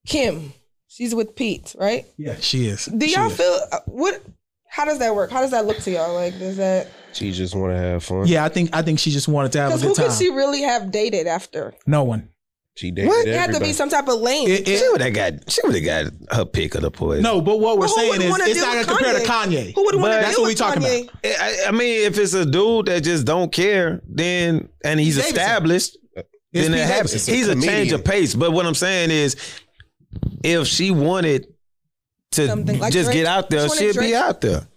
S5: Kim, she's with Pete, right?
S4: yeah, she is.
S5: Do
S4: She
S5: y'all
S4: is.
S5: feel uh, what? How does that work? How does that look to y'all? Like, does that?
S3: She just want to have fun.
S4: Yeah, I think I think she just wanted to have a
S5: Because who
S4: good time.
S5: could she really have dated after?
S4: no one.
S3: She dated
S5: It had to be
S3: everybody.
S5: some type of lame.
S4: It- it-
S6: She would have got she would have got her pick of the poison.
S4: no, but what we're
S5: Well, who
S4: saying
S5: wouldn't
S4: is
S5: wanna
S4: it's
S5: deal
S4: not gonna
S5: with
S4: compare to Kanye.
S5: who would want to
S6: but-
S5: deal
S4: That's what
S5: with
S4: we talking
S5: Kanye?
S4: about.
S6: I, I mean if it's a dude that just don't care, then and he's
S4: Davidson.
S6: established,
S4: It's
S6: then
S4: Pete
S6: it happens.
S4: Davidson.
S6: He's a
S3: comedian.
S6: change of pace. But what I'm saying is, if she wanted to
S5: Something like
S6: just
S5: Drake.
S6: get out there,
S5: She wanted
S6: she'd
S5: Drake.
S6: be out there.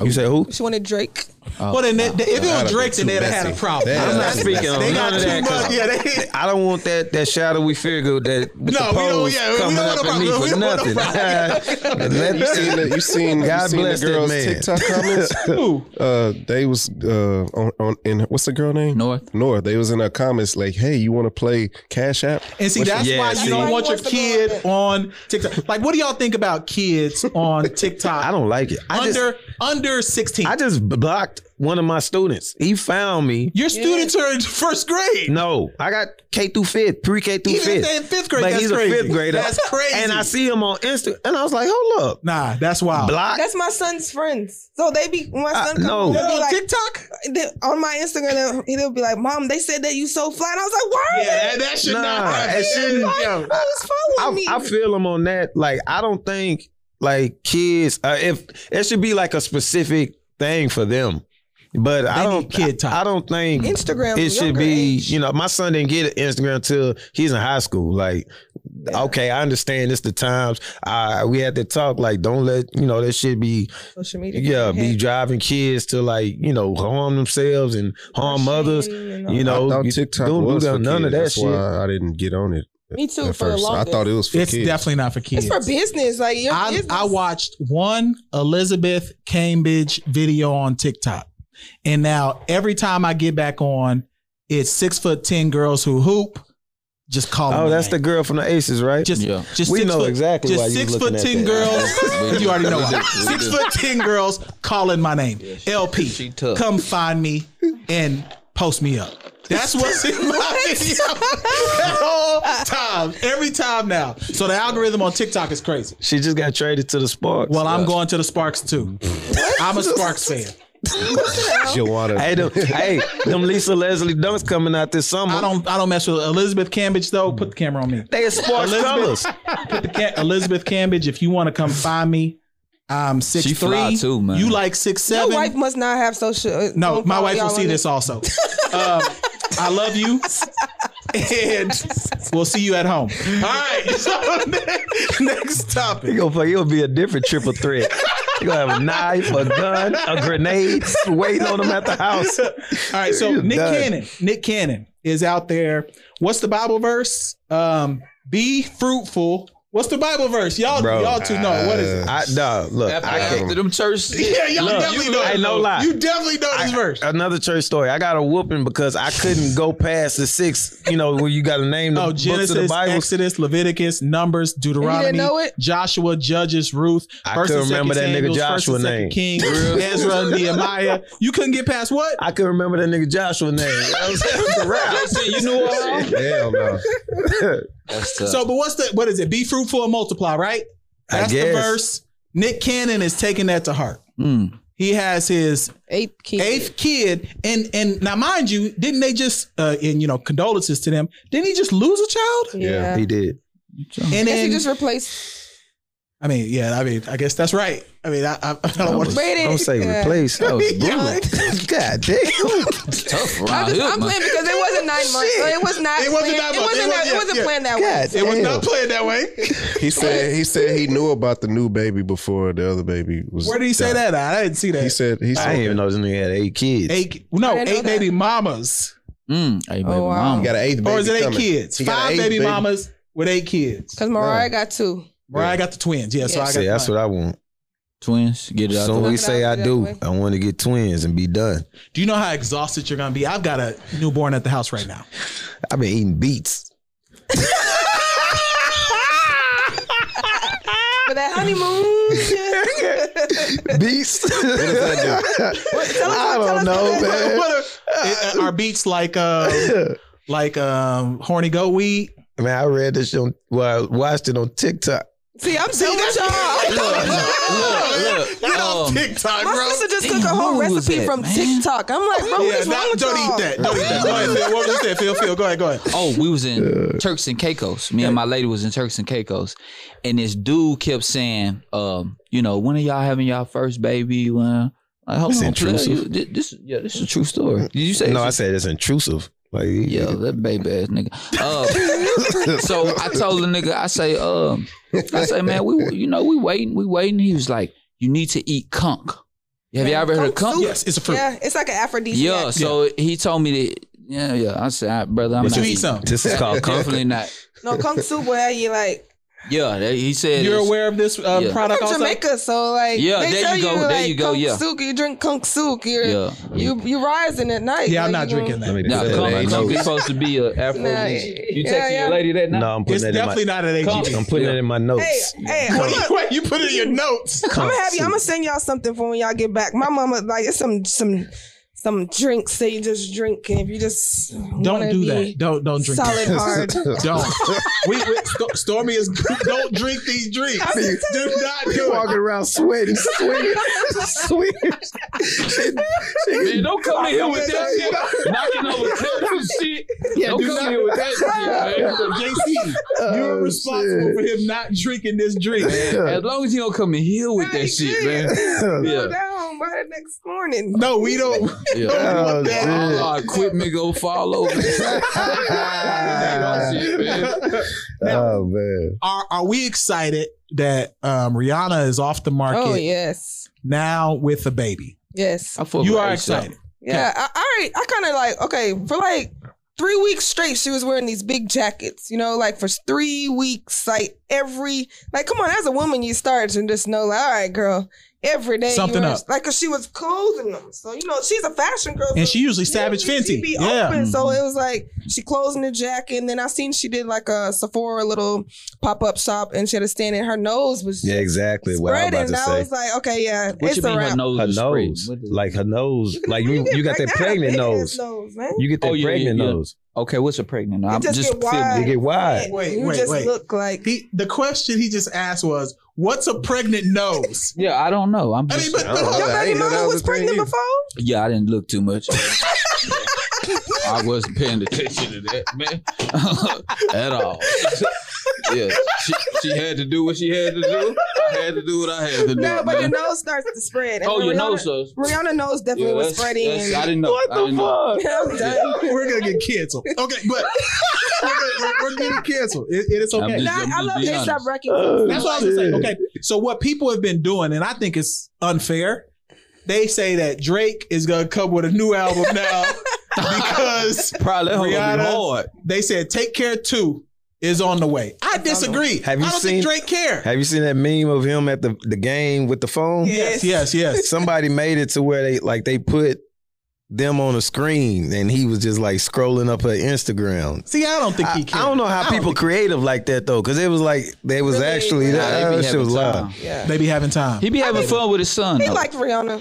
S6: You say who?
S5: She wanted Drake.
S4: Well, then, that- if it
S3: That'd
S4: was
S3: be
S4: Drake, then
S3: too
S4: they'd have had a
S3: messy.
S4: problem.
S3: Yeah.
S6: I'm not
S3: that's-
S6: speaking on
S4: They
S6: none
S4: got
S6: of that.
S4: too
S6: 'cause
S4: much. Yeah, they,
S6: I don't want that that shadowy figure that with
S4: No,
S6: the
S4: we don't-
S6: pose
S4: yeah, we
S6: coming
S4: don't want
S6: up
S4: no
S6: at me
S4: problem.
S6: for
S4: We don't want no
S6: nothing. Let-
S3: You seen the, you seen, you
S6: God
S3: seen the
S6: bless that
S3: girls
S6: man.
S3: TikTok comments?
S4: Who?
S3: Uh, they was uh on, on in what's the girl name?
S1: North.
S3: North. They was in her comments like, "Hey, you want to play Cash App?"
S4: And see, that's
S6: Yeah,
S4: why you
S6: see.
S4: don't want your
S5: Nobody wants to go
S4: kid
S5: out there.
S4: on TikTok. Like, what do y'all think about kids on TikTok?
S6: I don't like it. I just,
S4: under under sixteen.
S6: I just blocked one of my students. He found me.
S4: your students are in first grade.
S6: No, I got K through fifth, pre K through
S4: Even if
S6: fifth.
S4: they're in fifth grade,
S6: but
S4: that's
S6: he's
S4: crazy.
S6: a fifth grader.
S4: That's crazy.
S6: And I see him on Insta, and I was like, hold up,
S4: Nah, that's wild.
S6: block.
S5: That's my son's friends. So they be when my
S6: Uh,
S5: son comes,
S6: no.
S5: they'll be
S4: on
S5: like
S4: TikTok?
S5: they- on my Instagram, they'll, they'll be like, "Mom, they said that you so fly." And I was like, "Why?" are
S4: that, that
S6: Nah, it shouldn't.
S5: they-
S6: yo.
S5: like, Who's following
S6: I,
S5: me?
S6: I feel them on that. Like I don't think like kids. Uh, if it should be like a specific thing for them, but I
S4: They
S6: don't.
S4: need kid time.
S6: I, I don't think
S5: Instagram.
S6: it should
S5: younger
S6: be.
S5: age.
S6: You know, my son didn't get Instagram till he's in high school. Like, okay, I understand it's the times. I we had to talk. Like, don't let you know that shit be.
S5: social media.
S6: Yeah, be
S5: Hate
S6: driving kids to like you know harm themselves and harm
S5: machine
S6: others.
S5: and all
S6: You know,
S3: I thought
S6: you
S3: TikTok
S6: don't do
S3: was
S6: that-
S3: for
S6: none
S3: kids.
S6: of that
S3: That's
S6: shit.
S3: why I didn't get on it
S5: that. Me too.
S3: at
S5: For the
S3: first. I
S5: longest.
S3: thought it was for
S4: It's
S3: kids.
S4: definitely not for kids.
S5: it's for business. Like your
S4: I,
S5: business.
S4: I watched one Elizabeth Cambridge video on TikTok. And now every time I get back on, it's six foot ten girls who hoop. Just call
S6: Oh, that's the girl from the Aces, right?
S4: just,
S1: Yeah.
S4: just
S6: We
S4: six
S6: know
S4: foot,
S6: exactly
S4: just
S6: why you
S4: six
S6: was
S4: foot ten
S6: looking at that.
S4: girls.
S1: We
S4: you already know
S1: do.
S4: why.
S1: We
S4: Six
S1: do.
S4: foot ten girls calling my name.
S1: she
S4: LP,
S1: tough.
S4: come find me and post me up. That's what's in my video at all time, every time now. So the algorithm on TikTok is crazy.
S6: She just got traded to the Sparks.
S4: Well, I'm going to the Sparks too. I'm a Sparks fan.
S3: Joanna.
S6: Hey, them, hey, them Lisa Leslie dunks coming out this summer.
S4: I don't I don't mess with Elizabeth Cambridge though. Put the camera on me.
S6: They in sports colors.
S4: Elizabeth, put the ca- Elizabeth Cambridge. If you want to come find me, I'm six
S1: She fly,
S4: three.
S1: too, man.
S4: You like six
S5: Your
S4: seven?
S5: wife must not have social.
S4: no,
S5: don't
S4: my
S5: follow
S4: wife will
S5: y'all
S4: see
S5: on
S4: this
S5: it.
S4: also. Um, I love you, and we'll see you at home. All right. So, next
S6: You
S4: topic.
S6: gonna fuck- It'll be a different triple threat. You gonna have a knife, a gun, a grenade waiting on them at the house.
S4: All right. So
S6: You're
S4: Nick
S6: done.
S4: Cannon, Nick Cannon is out there. What's the Bible verse? Um, be fruitful. What's the Bible verse? Y'all,
S6: Bro, Uh,
S4: y'all two know what is it?
S6: I no, look,
S1: After,
S6: I can't.
S1: after them church.
S4: Yeah, y'all
S6: Look,
S4: definitely
S6: you
S4: know.
S6: ain't no lie.
S4: You definitely know this
S6: I-
S4: verse.
S6: Another church story. I got a whooping because I couldn't go past the six. You know, where you got to name the
S4: oh,
S6: books of the
S4: Genesis,
S6: Bible.
S4: Exodus, Leviticus, Numbers, Deuteronomy,
S5: know it?
S4: Joshua, Judges, Ruth.
S6: I
S4: First
S6: couldn't
S4: and Second
S6: remember that
S4: Samuels,
S6: nigga
S4: First and
S6: Joshua
S4: Second
S6: name.
S4: Kings, Ezra, Nehemiah. You couldn't get past what?
S6: I couldn't remember that nigga Joshua's name. That was, that was a rap.
S1: you knew
S5: um,
S1: all.
S3: Hell no.
S1: That's tough.
S4: So, but what's the what is it? Be fruitful and multiply, right?
S6: I
S4: That's the
S6: guess.
S4: verse. Nick Cannon is taking that to heart.
S1: Mm.
S4: He has his
S5: Eighth kid.
S4: eighth kid, and and now mind you, didn't they just uh, and you know condolences to them? Didn't he just lose a child?
S5: Yeah.
S6: He did.
S4: And
S5: Guess
S4: then
S5: he just replaced.
S4: I mean, yeah, I mean, I guess that's right. I mean, I, I, I don't want
S5: was-
S4: to.
S5: Wait, it-
S6: Don't say
S5: yeah.
S6: replace. That was
S4: Yeah.
S6: brutal. God damn.
S1: It's tough around
S5: I'm, just,
S1: here,
S5: I'm
S1: man.
S5: playing because it wasn't nine months.
S6: Shit.
S5: It was not.
S4: It wasn't nine
S5: planned- It
S4: months. It
S5: wasn't, that-
S4: wasn't-
S5: it wasn't
S4: yeah.
S5: planned that way.
S6: God
S4: It was
S6: damn.
S4: not playing that way.
S3: He said he said he knew about the new baby before the other baby was.
S4: Where did he say
S3: done.
S4: that? at? I didn't see that.
S3: He said he
S6: I
S3: said
S6: didn't even know this nigga had eight kids.
S4: eight, no,
S5: I didn't know
S4: eight
S5: that.
S4: baby mamas,
S1: Mm, hey, baby
S5: wow.
S3: he
S1: mama.
S3: got an eighth baby.
S4: or is it eight
S3: coming.
S4: kids?
S3: He got an
S4: Five
S3: eighth
S4: baby,
S3: baby.
S4: mamas with eight kids.
S5: Because Mariah got two.
S4: Mariah got the twins. Yeah, so
S5: Yeah.
S4: I got.
S6: See, that's
S4: mine.
S6: what I want.
S1: Twins, get it out.
S6: Soon
S1: the-
S6: we
S5: way.
S6: say I do. I want to get twins and be done.
S4: Do you know how exhausted you're gonna be? I've got a newborn at the house right now.
S6: I've been eating beets.
S5: For that honeymoon. shit.
S6: Beets.
S5: tell us-
S6: I
S5: tell
S6: don't
S5: us
S6: know,
S5: what
S6: man.
S4: It- uh, are beats like uh, like um, horny goat weed?
S6: Man, I read this on. Well, I watched it on TikTok.
S5: See, I'm telling y'all.
S1: Look, look, look, um,
S4: TikTok,
S5: My sister just
S1: Damn,
S5: cooked a whole
S1: what was
S5: recipe
S1: that,
S5: from
S1: man?
S5: TikTok. I'm like, bro, what
S4: Yeah,
S5: is wrong
S4: not,
S5: with
S4: don't
S5: y'all?
S4: eat that. Don't eat that. Go ahead, Phil. What was that? Phil, Phil, go ahead, go ahead.
S1: Oh, we was in Turks and Caicos. Me and my lady was in Turks and Caicos, and this dude kept saying, um, you know, when are y'all having y'all first baby? When like, hold
S6: That's
S1: on,
S6: intrusive.
S1: Trilla, you- thi- this, yeah, this is a true story. Did you say?
S6: No, I
S1: this?
S6: said it's intrusive. Like,
S1: yeah, that baby ass nigga. Uh, so I told the nigga, I say, um, I say, man, we, you know, we waiting, we waiting. He was like, you need to eat conch. Have you all ever heard of
S5: Conch
S1: conch?
S4: Yes, it's a fruit.
S5: Oh. Yeah, it's like an aphrodisiac.
S1: Yeah, so he told me that. Yeah, yeah. I said, "All right, brother, I'm
S4: But
S1: not
S4: you eat
S1: eating."
S4: some.
S6: this is called comfort.
S1: Definitely not.
S5: No, kung fu where you like.
S1: Yeah, that- he said.
S4: You're
S1: it's-
S4: aware of this uh,
S1: Yeah.
S4: product
S5: I'm
S4: also?
S5: from Jamaica, so like.
S1: Yeah,
S5: they
S1: there you
S5: tell
S1: go, there
S5: like,
S1: you go,
S5: Kung
S1: yeah.
S5: Suk, you drink kung suk. You're,
S1: Yeah.
S5: You you rising at night.
S4: Yeah, I'm
S5: like,
S4: not
S5: you
S4: drinking
S5: gonna-
S6: Let
S4: that.
S6: me
S1: Now,
S6: just say
S1: come
S6: that
S1: on,
S6: ain't
S1: come.
S6: no-
S1: It's supposed to be a Afro.
S5: Nah,
S1: you
S5: yeah,
S1: texting
S5: yeah.
S1: your lady that night?
S6: No, I'm putting
S4: It's
S6: that
S4: definitely
S6: in my.
S4: not an E
S1: Conch.
S4: AG.
S6: I'm putting it in my
S5: Hey,
S6: notes.
S5: hey,
S6: Come.
S5: I'm gonna,
S4: Wait, you put it in your notes.
S5: I'm gonna have you.
S6: Conch.
S5: I'm gonna send y'all something for when y'all get back. My mama like it's some some some drinks that you just drink and if you just
S4: Don't
S5: wanna
S4: do
S5: be
S4: that. Don't don't drink.
S5: Solid
S4: that.
S5: hard.
S4: Don't. We, we Sto- Stormy is. Don't drink these drinks.
S5: I'm just
S4: Do not
S6: You
S4: do it.
S6: walking around sweating, sweating, sweating.
S1: Man, don't come in here with that
S6: Yeah,
S1: shit. Knocking over tables and shit. don't
S6: do
S1: come in
S6: not-
S1: here with that shit, man.
S4: JC,
S6: Oh,
S4: you're responsible
S6: shit.
S4: for him not drinking this drink.
S1: As long as you don't come in here with that
S5: Hey,
S1: shit,
S5: man.
S1: man.
S5: Slow
S1: Yeah.
S5: down by the next morning.
S4: No, we don't.
S1: yeah.
S6: Oh,
S4: that.
S1: All
S6: shit.
S1: our equipment go fall over.
S6: uh,
S1: That shit, man.
S6: Oh, man.
S4: Are Are we excited that um, Rihanna is off the market
S5: Oh yes,
S4: now with a baby?
S5: yes.
S1: I fuck
S4: you
S1: with
S4: are
S1: ASAP.
S4: excited.
S5: Yeah, I, I already- I kind of like okay for like three weeks straight. She was wearing these big jackets, you know, like for three weeks, like every like. Come on, as a woman, you start to just know, like, all right, girl, every day you
S4: Something
S5: were-
S4: up.
S5: Like, cause she was clothing them, so you know she's a fashion girl,
S4: And
S5: so
S4: she usually Savage
S5: she- she
S4: Fenty.
S5: be
S4: Yeah.
S5: open, so it was like she closing the jacket, and then I seen she did like a Sephora little pop up shop, and she had a stand, and her nose was
S6: Yeah, exactly what I was
S5: spreading.
S6: about to
S5: and I
S6: say.
S5: was like, okay, yeah,
S1: What
S5: it's
S1: you mean
S5: a
S1: her
S5: wrap.
S1: nose?
S6: Her
S1: is sprayed?
S6: nose,
S1: What the-
S6: like her nose, like you, you got that
S5: Like,
S6: pregnant
S5: big ass
S6: nose.
S5: man.
S6: You get that
S1: Oh, yeah,
S6: pregnant
S1: yeah.
S6: nose.
S1: Okay, what's a pregnant? I'm
S5: just
S1: just,
S5: get wide.
S6: You
S1: feeling.
S6: get wide.
S4: Wait,
S5: you
S4: wait,
S5: just
S4: wait.
S5: look like
S4: He, the question he just asked was, "What's a pregnant nose?"
S1: Yeah, I don't know. I'm
S4: I
S1: just
S4: mean, but
S6: I don't know.
S5: your
S6: I
S5: baby
S6: ain't know that
S5: mama
S6: was
S5: was
S6: a thing
S5: pregnant
S6: either.
S5: before.
S1: Yeah, I didn't look too much. I wasn't paying attention to that, man, at all. yeah, she, she had to do what she had to do. I had to do what I had to do.
S5: No, but the
S1: man.
S5: nose starts to spread. And
S1: oh, your
S5: Rihanna-
S1: nose does.
S5: Rihanna nose definitely
S1: Yeah,
S5: was
S1: that's-
S5: spreading.
S1: that's- I
S5: and-
S1: didn't know. I didn't know.
S5: I'm done.
S4: we're gonna get canceled. Okay, but we're gonna, we're gonna get canceled. It- it is
S1: I'm
S4: okay.
S1: just-
S5: Nah, I
S1: I'm just
S5: love they
S1: be
S5: stop
S1: honest.
S5: wrecking.
S1: Oh.
S4: That's what I was saying. Okay, so what people have been doing, and I think it's unfair. They say that Drake is gonna come with a new album now because
S1: Probably gonna be
S4: Rihanna-
S1: hard.
S4: they said "Take Care" two is on the way. I disagree.
S6: Have you
S4: I don't
S6: seen-
S4: think Drake care?
S6: Have you seen that meme of him at the, the game with the phone?
S4: yes, yes, yes.
S6: Somebody made it to where they like they put them on a screen and he was just like scrolling up her Instagram.
S4: See, I don't think
S6: I,
S4: he
S6: I
S4: cares.
S6: don't know how people creative like that though, because it was like they was
S5: Really?
S6: actually
S5: Nah,
S6: that
S1: Nah,
S6: that
S1: he be
S6: shit was
S1: having
S6: live.
S1: time.
S5: Yeah.
S4: They be having time.
S1: He be having fun with his son.
S5: He
S1: though.
S5: liked Rihanna.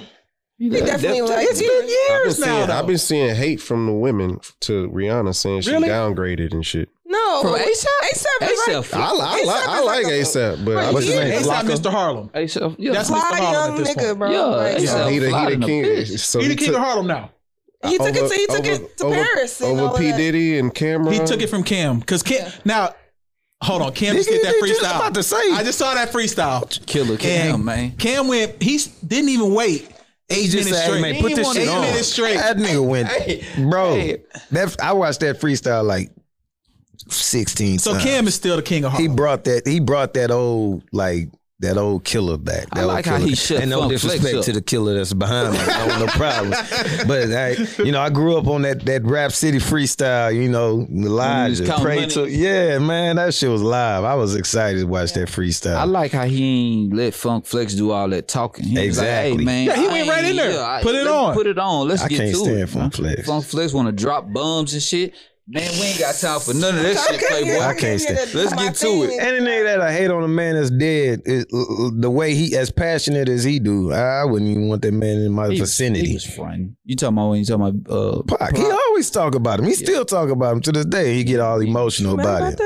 S1: He
S5: He
S1: like-
S5: definitely liked
S4: it's been
S5: her.
S3: I've been
S4: years now.
S3: seeing,
S4: though.
S3: I've been seeing hate from the women to Rihanna saying she
S4: Really?
S3: downgraded and shit.
S5: No, No.
S1: From ASAP?
S5: ASAP.
S1: ASAP.
S5: Right?
S3: I, li- I, li- I like ASAP, but I
S5: Right,
S3: was
S5: yeah.
S3: yeah.
S4: It's not
S6: Flocka.
S4: Mr. Harlem.
S1: ASAP. Yeah.
S4: That's
S5: Fly
S4: Mr. Harlem
S5: young
S4: at this
S5: nigga,
S4: point.
S5: bro.
S1: Yeah,
S5: Like,
S1: it's
S5: uh,
S1: a-
S3: he the,
S1: Fly
S3: he
S1: in
S3: the
S1: the
S3: king.
S1: bitch.
S3: So
S4: He the king
S3: took
S4: of Harlem now.
S5: he took it to he took
S3: over-
S5: it to
S3: over-
S5: Paris. and all
S3: over
S5: of
S3: P
S5: that.
S3: Diddy and Cameron.
S4: He took it from Cam because Cam. Now, hold on, Cam just did that
S6: Nigga, you just
S4: freestyle.
S6: about to say.
S4: I just saw that freestyle.
S1: Killer Cam,
S4: And
S1: man.
S4: Cam went. He s- didn't even wait. Eight
S6: Just
S4: minutes
S6: say,
S4: straight.
S6: hey, man, put
S4: He
S6: this
S4: won
S6: shit
S4: eight
S6: on.
S4: minutes straight.
S6: That nigga went, bro.
S1: hey.
S6: That I watched that freestyle like sixteen.
S4: So
S6: times.
S4: Cam is still the king of
S6: he
S4: Harlem.
S6: brought that he brought that old like that old killer back. That
S1: I like
S6: old
S1: how
S6: killer.
S1: he shut
S6: And no
S1: Funk Flex
S6: disrespect
S1: up.
S6: to the killer that's behind him. I don't no problem. But I, you know, I grew up on that that rap city freestyle. You know,
S1: just
S6: live,
S1: count
S6: pray
S1: money.
S6: to. Yeah, man, that shit was live. I was excited to watch that freestyle.
S1: I like how he ain't let Funk Flex do all that talking. He was Like,
S6: Exactly.
S1: hey, man.
S4: Yeah, he
S1: I
S4: went right in
S1: ain't-
S4: there.
S1: yeah, I-
S4: Put it
S1: let's
S4: on.
S1: Put it on. Let's
S6: I
S1: get
S6: can't
S1: to
S6: stand
S1: it.
S6: Funk Flex.
S1: Funk Flex want to drop bombs and shit. Man, we ain't got time for none of that shit,
S5: Okay,
S1: Playboy.
S5: yeah,
S6: I can't
S5: yeah,
S6: stand-
S5: that's
S1: Let's
S5: my
S1: get to it.
S5: thing.
S6: Any nigga that I hate on a man that's dead, is, the way he as passionate as he do, I wouldn't even want that man in my
S1: He was-
S6: vicinity.
S1: He was fronting. You talking about when you talking about uh,
S6: Pac, He always talk about him. He still talk about him to this day. He get all emotional
S5: Mad
S6: about
S5: about
S6: it.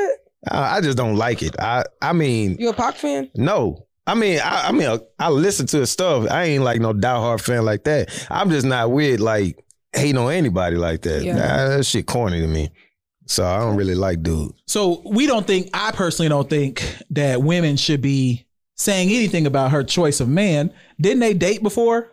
S5: that?
S6: I, I just don't like it. I I mean,
S5: You a Pac fan?
S6: no. I mean, I, I mean, uh, I listen to his stuff. I ain't like no diehard fan like that. I'm just not weird like hating on anybody like that.
S5: Yeah.
S6: Nah, that shit corny to me. So I don't really like dude.
S4: So we don't think. I personally don't think that women should be saying anything about her choice of man. Didn't they date before?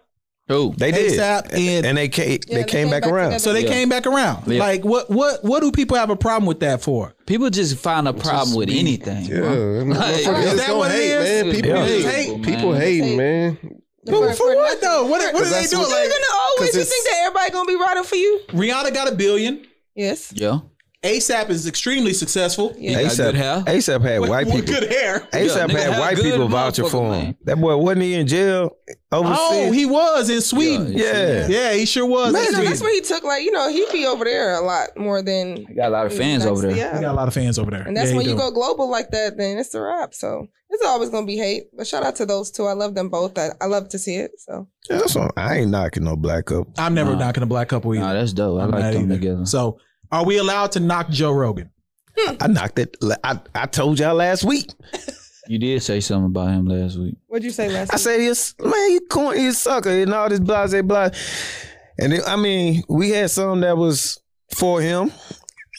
S1: who?
S6: They did,
S4: ASAP and-
S6: and they came,
S5: Yeah,
S6: they came back, around.
S5: together.
S4: So they
S1: Yeah.
S4: came back around.
S1: Yeah.
S4: Like what? What? What do people have a problem with that for?
S1: People just find a problem with anything.
S3: Yeah, motherfuckers
S1: Is
S3: just
S4: that
S3: gonna
S4: what it
S3: hate,
S4: is?
S3: man. People
S6: Yeah.
S3: hate.
S1: Hate.
S3: People hate, man.
S5: The first
S4: For
S5: one,
S4: what
S5: nothing.
S4: though? What? What are they
S3: that's
S4: doing?
S3: what-
S5: You're
S4: Like
S5: gonna always.
S3: 'Cause
S5: You
S3: it's-
S5: think that everybody gonna be riding for you?
S4: Rihanna got a billion.
S5: Yes.
S1: Yeah.
S4: ASAP is extremely successful.
S5: Yeah.
S1: Got
S6: ASAP,
S1: good hair.
S6: ASAP had white
S4: With
S6: people.
S4: Good hair.
S6: ASAP
S1: nigga
S6: had
S1: had
S6: white
S1: good
S6: people vouching
S1: motherfucker,
S6: for him.
S1: man.
S6: That boy wasn't he in jail overseas?
S4: Oh, he was in Sweden.
S1: Yeah.
S6: yeah.
S4: Yeah, he sure was.
S5: You
S4: in
S5: know,
S4: Sweden.
S5: that's where he took like you know he be over there a lot more than
S1: Got a lot of fans over there.
S4: He got a
S5: Yeah.
S4: lot of fans over there.
S5: And that's
S4: Yeah, he
S5: when you
S4: do.
S5: go global like that, then it's a wrap. So it's always gonna be hate. But shout out to those two. I love them both. I, I love to see it. So
S6: Yeah, that's what, I ain't knocking no black up.
S4: I'm never
S1: Nah.
S4: knocking a black couple either.
S1: Nah, that's dope. I
S4: I'm not
S1: like them
S4: either.
S1: together.
S4: So, are we allowed to knock Joe Rogan?
S6: I knocked it. I, I told y'all last week.
S1: You did say something about him last week.
S5: what'd you say last
S6: I said, "Yes, man, you corn, you sucker, and all this blah, blah, blah." And then, I mean, we had some that was for him.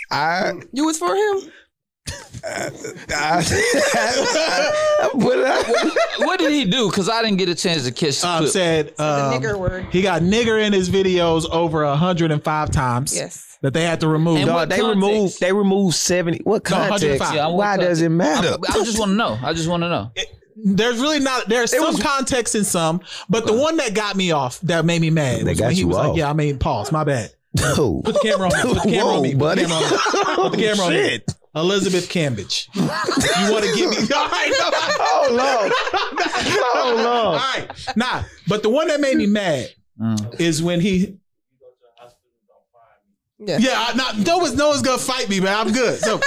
S6: I,
S5: you was for him?
S6: I, I put it out.
S1: what did he do? Because I didn't get a chance to catch the
S4: Um,
S1: clip.
S4: said um,
S5: the nigger word.
S4: he got nigger in his videos over 105 times.
S5: Yes.
S4: That they had to remove.
S1: And
S4: Dog,
S1: what
S6: Dog, they
S1: context?
S6: removed. They removed seventy. What
S4: No,
S6: context?
S4: 105.
S1: Yeah, I want
S6: Why
S1: context.
S6: does it matter?
S1: I, I just want to know. I just want to know.
S4: There's really not. There's some
S6: was-
S4: context in some, but the one that got me off, that made me mad,
S6: They
S4: was
S6: got
S4: when he
S6: you
S4: was
S6: off.
S4: like, "Yeah, I made pause. My bad.
S6: No.
S4: Put the camera on me. Put the camera
S6: Whoa,
S4: on me. Put
S6: buddy.
S4: the camera on me. Put the camera on me.
S6: Oh, Shit.
S4: Elizabeth Cambridge. you want to give me? All right, no,
S6: Oh lord. Oh
S4: all
S6: lord.
S4: right, nah. But the one that made me mad
S1: Mm.
S4: is when he.
S5: Yeah.
S4: Yeah, I, not, no one's no one's gonna fight me, man. I'm good. So,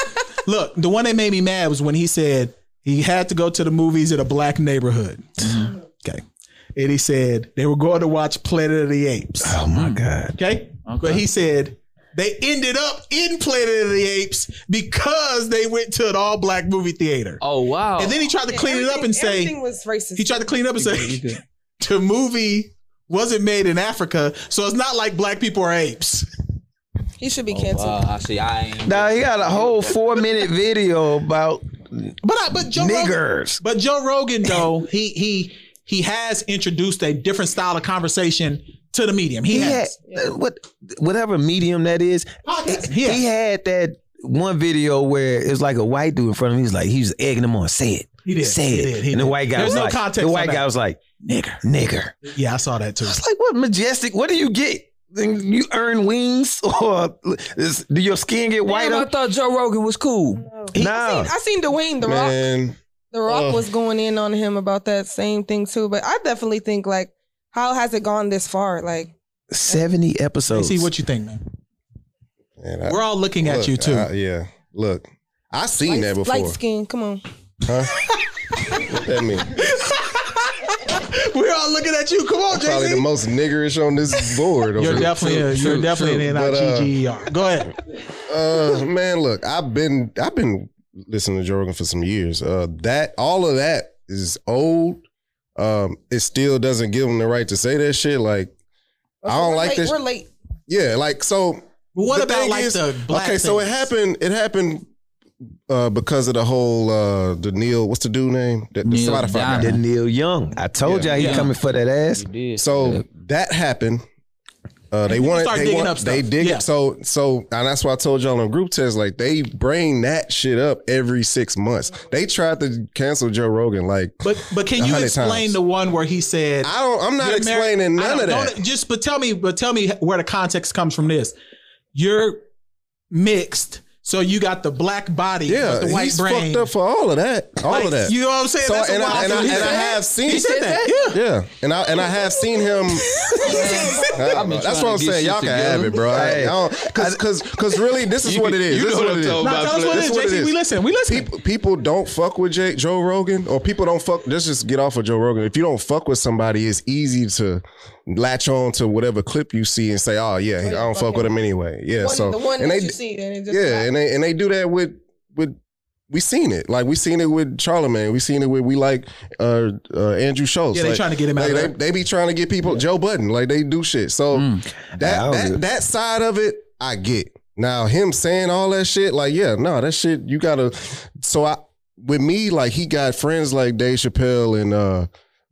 S4: look, the one that made me mad was when he said he had to go to the movies in a black neighborhood.
S6: Mm.
S4: Okay, and he said they were going to watch Planet of the Apes.
S6: Oh my god.
S4: Okay?
S1: Okay.
S4: But he said they ended up in Planet of the Apes because they went to an all black movie theater.
S1: Oh wow.
S4: And then he tried to clean it up and
S5: everything
S4: say,
S5: was racist.
S4: he tried to clean up and
S1: You
S4: say,
S1: good.
S4: the movie wasn't made in Africa, so it's not like black people are apes.
S5: he should be
S1: Oh,
S5: canceled.
S1: wow. I see. I ain't.
S6: Now he got a whole four minute video about
S4: But I, but Joe Rogan,
S6: niggers.
S4: but Joe Rogan though, he he he has introduced a different style of conversation to the medium. He,
S6: He had
S4: has.
S6: uh, what whatever medium that is.
S4: Podcast.
S6: He,
S4: Yeah.
S6: he had that one video where it's like a white dude in front of him. He's like he's egging him on. Say it.
S4: He did.
S6: Say
S4: He
S6: it.
S4: did. He
S6: and the
S4: did.
S6: white guy
S4: There's
S6: was
S4: no
S6: like
S4: context
S6: the
S4: on
S6: white
S4: that.
S6: guy was like nigger nigger.
S4: Yeah, I saw that too.
S6: It's like what majestic. What do you get? You earn wings or is, do your skin get
S1: Damn, I
S6: whiter?
S1: thought Joe Rogan was cool.
S5: I
S6: Nah.
S5: seen, I seen Dwayne the Rock.
S3: Man,
S5: The Rock
S3: Ugh.
S5: was going in on him about that same thing too. But I definitely think like, how has it gone this far? Like,
S6: Seventy episodes.
S4: See what you think, man.
S3: man, I-
S4: We're all looking at
S3: look,
S4: you too.
S6: uh,
S3: I- yeah, look, I seen that before.
S5: light skin. Come on.
S3: Huh? what that mean?
S4: We're all looking at you. Come on,
S3: Probably the
S4: Jay
S3: most niggerish on this board. Over
S4: You're
S3: here.
S4: definitely a,
S1: true,
S4: you're definitely
S1: true.
S4: an
S3: But, uh,
S4: NIGGER. E Go ahead.
S3: uh, man, look, I've been I've been listening to Joe Rogan for some years. Uh, that all of that is old. Um, it still doesn't give him the right to say that shit. Like, I don't
S5: We're
S3: like
S5: late,
S3: this-
S5: We're late.
S3: yeah, like so.
S4: What
S3: the
S4: about
S3: thing
S4: like
S3: is-
S4: the black?
S3: okay, so it
S4: things?
S3: happened. It happened uh, because of the whole uh, the Neil. What's the dude name? The, the
S1: Neil
S3: Spotify guy.
S1: Diamond.
S6: That Neil Young. I told
S3: Yeah.
S6: y'all he
S4: Yeah.
S6: coming for that ass.
S1: did.
S3: So that happened. Uh, they
S4: people
S3: wanted.
S4: start
S3: They,
S4: digging
S3: want,
S4: up stuff.
S3: they dig
S4: Yeah.
S3: it. So so, and that's why I told y'all on group test. Like they bring that shit up every six months. They tried to cancel Joe Rogan. Like
S4: But but can you
S3: 100
S4: explain
S3: times.
S4: the one where he said
S3: I don't. I'm not
S4: You're married-
S3: explaining
S4: I
S3: none
S4: don't-
S3: of that.
S4: don't- Just but tell me, but tell me where the context comes from. This you're mixed, so you got the black body,
S3: yeah,
S4: but the white
S3: he's
S4: brain.
S3: fucked up for all of that. All
S4: Like,
S3: of that.
S4: You know what I'm saying?
S3: So,
S4: That's a
S3: and I-
S4: wild
S3: and I-
S4: thing. He
S3: and I
S4: said that.
S3: have seen-
S4: He said that. Yeah.
S3: yeah, and I and I have seen him. I don't know. That's
S1: trying
S3: what I'm
S1: to get
S3: saying.
S1: shit
S3: Y'all can have
S1: together.
S3: it, bro.
S6: Hey.
S3: Because because because really, this is what it is.
S1: you
S3: This
S1: know
S3: is what
S1: what
S3: it
S1: I'm
S3: is.
S1: talking
S4: No, tell us what it
S3: That's
S4: is,
S3: what it
S4: JC.
S3: is.
S4: We listen. We listen.
S3: people people don't fuck with J- Joe Rogan or people don't fuck. Let's just get off of Joe Rogan. If you don't fuck with somebody, it's easy to latch on to whatever clip you see and say, "Oh yeah, I don't fuck with him anyway." Yeah,
S5: One-
S3: so
S5: the one
S3: and
S5: that
S3: they
S5: you see, and it just
S3: yeah, and they and they do that with with we seen it like we seen it with Charlemagne, we seen it with we like uh, uh Andrew Schultz.
S4: Yeah, they
S3: Like,
S4: trying to get him out
S3: They,
S4: of
S3: they,
S4: there. Mm.
S3: they be trying to get people Joe Budden like they do shit. So
S6: I
S3: that
S6: don't
S3: that,
S6: get-
S3: that side of it, I get. Now him saying all that shit, like yeah, no, that shit you gotta. So I with me like he got friends like Dave Chappelle and uh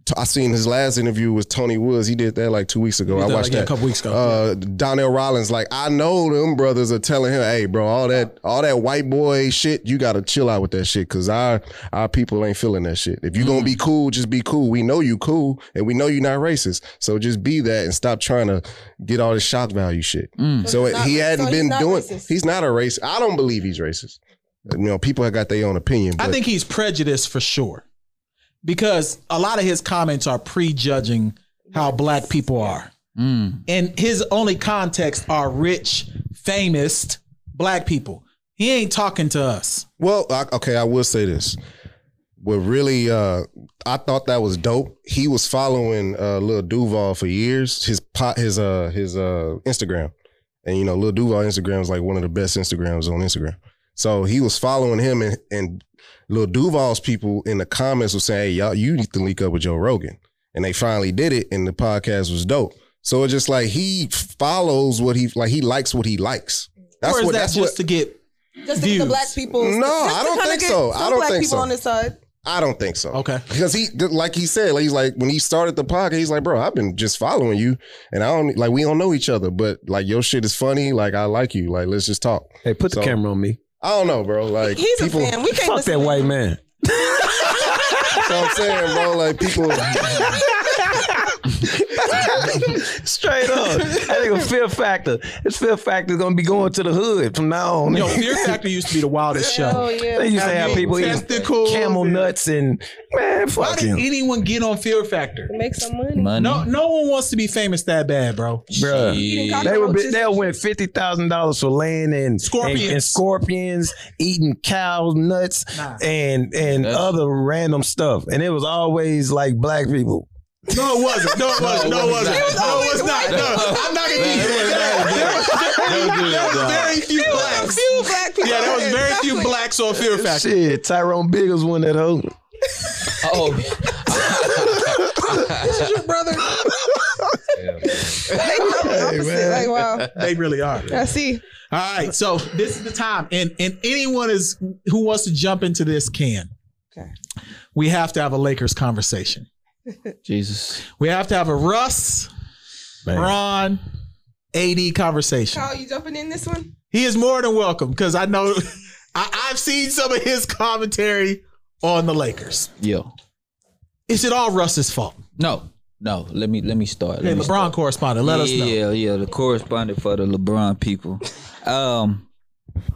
S3: t- I seen his last interview with Tony Woods. He did that like two weeks ago. I watched
S4: yeah,
S3: that
S4: a couple weeks ago.
S3: uh, Donnell Rollins, like I know them brothers are telling him, "Hey, bro, all that, all that white boy shit, you gotta chill out with that shit, cause our our people ain't feeling that shit. If you gonna be cool, just be cool. We know you cool, and we know you're not racist, so just be that and stop trying to get all this shock value shit. So,
S5: So he's
S3: it- he
S5: not-
S3: hadn't
S5: so he's
S3: been
S5: not
S3: doing.
S5: racist.
S3: He's not a racist. I don't believe he's racist. You know, people have got their own opinion. But
S4: I think he's prejudiced for sure, because a lot of his comments are prejudging how black people are, and his only context are rich, famous black people. He ain't talking to us.
S3: Well, I, okay, I will say this. What really, uh, I thought that was dope. He was following uh, Lil Duval for years. His pot, his uh, his uh, Instagram, and you know, Lil Duval Instagram is like one of the best Instagrams on Instagram. So he was following him, and and Lil Duval's people in the comments were saying, "Hey, y'all, you need to link up with Joe Rogan." And they finally did it, and the podcast was dope. So it's just like he follows what he like. He likes what he likes. That's
S4: or is
S3: what.
S4: that
S3: that's
S4: just
S3: what.
S4: to get?
S5: just to get the
S4: views.
S5: black people.
S3: No,
S5: just
S3: I don't
S5: to kinda
S3: think
S5: get
S3: so.
S5: Some
S3: I don't
S5: black
S3: think
S5: people
S3: so.
S5: on this side.
S3: I don't think so.
S4: Okay.
S3: Because he, th- like he said, like he's like when he started the podcast, he's like, bro, I've been just following you, and I don't like we don't know each other, but like your shit is funny. Like I like you. Like let's just talk.
S6: Hey, put the
S3: So-
S6: camera on me.
S3: I don't know, bro. Like
S5: He's
S3: people,
S5: a fan. We can't
S6: Fuck
S5: listen
S6: that
S5: to
S6: white man.
S3: So I'm saying, bro, like people.
S6: Straight up. I think a fear factor. This fear factor is gonna be going to the hood from now on.
S4: Yo, Fear Factor used to be the wildest show.
S5: Oh yeah.
S6: they used to have people eating
S4: testicles
S6: camel
S4: and-
S6: nuts and man,
S4: Why
S6: fuck
S4: did
S6: him.
S4: anyone get on Fear Factor?
S5: Make some money.
S1: money.
S4: No, no one wants to be famous that bad, bro.
S6: Bruh.
S1: Shit.
S5: Eating
S6: They would be,
S5: cockroaches.
S6: they'll win fifty thousand dollars for land and
S4: Scorpions.
S6: and, and scorpions, eating cow nuts
S4: Nah.
S6: and and
S1: That's-
S6: other random stuff. And it was always like black people.
S4: No, it wasn't. No, it wasn't. No, it wasn't. No, it was not. No, I'm not gonna
S1: Nah,
S4: eat
S1: it was not. Don't do
S4: There
S1: that,
S4: was
S1: dog.
S4: very few
S5: A
S4: blacks.
S5: few black people.
S4: Yeah, there was very few
S5: Definitely.
S4: blacks on Fear Factor.
S6: Shit, Tyrone Biggles won that hoe.
S1: Oh,
S5: This is your brother. they come opposite. like wow.
S4: They really are.
S5: I see.
S4: All right, so this is the time, and and anyone is who wants to jump into this can.
S5: Okay.
S4: We have to have a Lakers conversation.
S1: Jesus.
S4: We have to have a Russ, Ron, AD conversation.
S5: Kyle, you jumping in this one?
S4: He is more than welcome because I know I, I've seen some of his commentary on the Lakers.
S1: Yo.
S4: Is it all Russ's fault?
S1: No. No. Let me let me start.
S4: Hey,
S1: Let me
S4: LeBron
S1: start.
S4: correspondent, let us know.
S1: Yeah, yeah, the correspondent for the LeBron people. Um,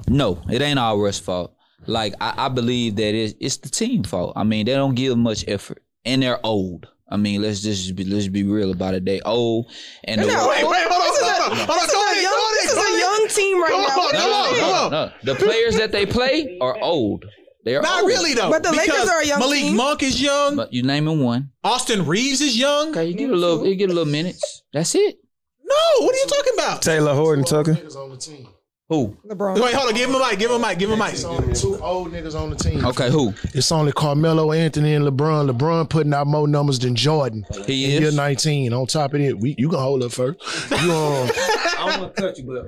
S1: no, it ain't all Russ' fault. Like I, I believe that it's, it's the team fault. I mean, they don't give much effort, and they're old. I mean, let's just be, let's be real about it. They old, and the,
S5: No,
S4: Wait, wait, hold on,
S5: This is a-
S4: hold on, hold on.
S5: this is
S4: Go
S5: a
S4: ahead,
S5: young-
S4: go ahead,
S5: This
S4: go
S5: is a
S4: ahead.
S5: young team right
S4: Come
S5: now.
S4: on,
S5: What
S1: no,
S5: you
S1: no,
S5: saying?
S4: come
S1: no, no. The players that they play are old. They're
S4: Not
S1: old.
S4: really though.
S5: But the Lakers
S4: because
S5: are a young
S4: Malik
S5: team.
S4: Monk is young.
S1: But you naming one?
S4: Austin Reeves is young.
S1: Okay, you get a little, you get a little minutes. That's it.
S4: No, what are you talking about?
S6: Taylor Horton Tucker.
S1: Who?
S5: LeBron.
S7: Wait, hold on. Give him a mic. Give him a mic. Give him a mic.
S8: It's only two old niggas on the team.
S1: Okay, who?
S8: It's only Carmelo Anthony and LeBron. LeBron putting out more numbers than Jordan.
S1: He
S8: You're
S1: is.
S8: 19. On top of it, we, you can hold up first. You um,
S2: I want to touch you, but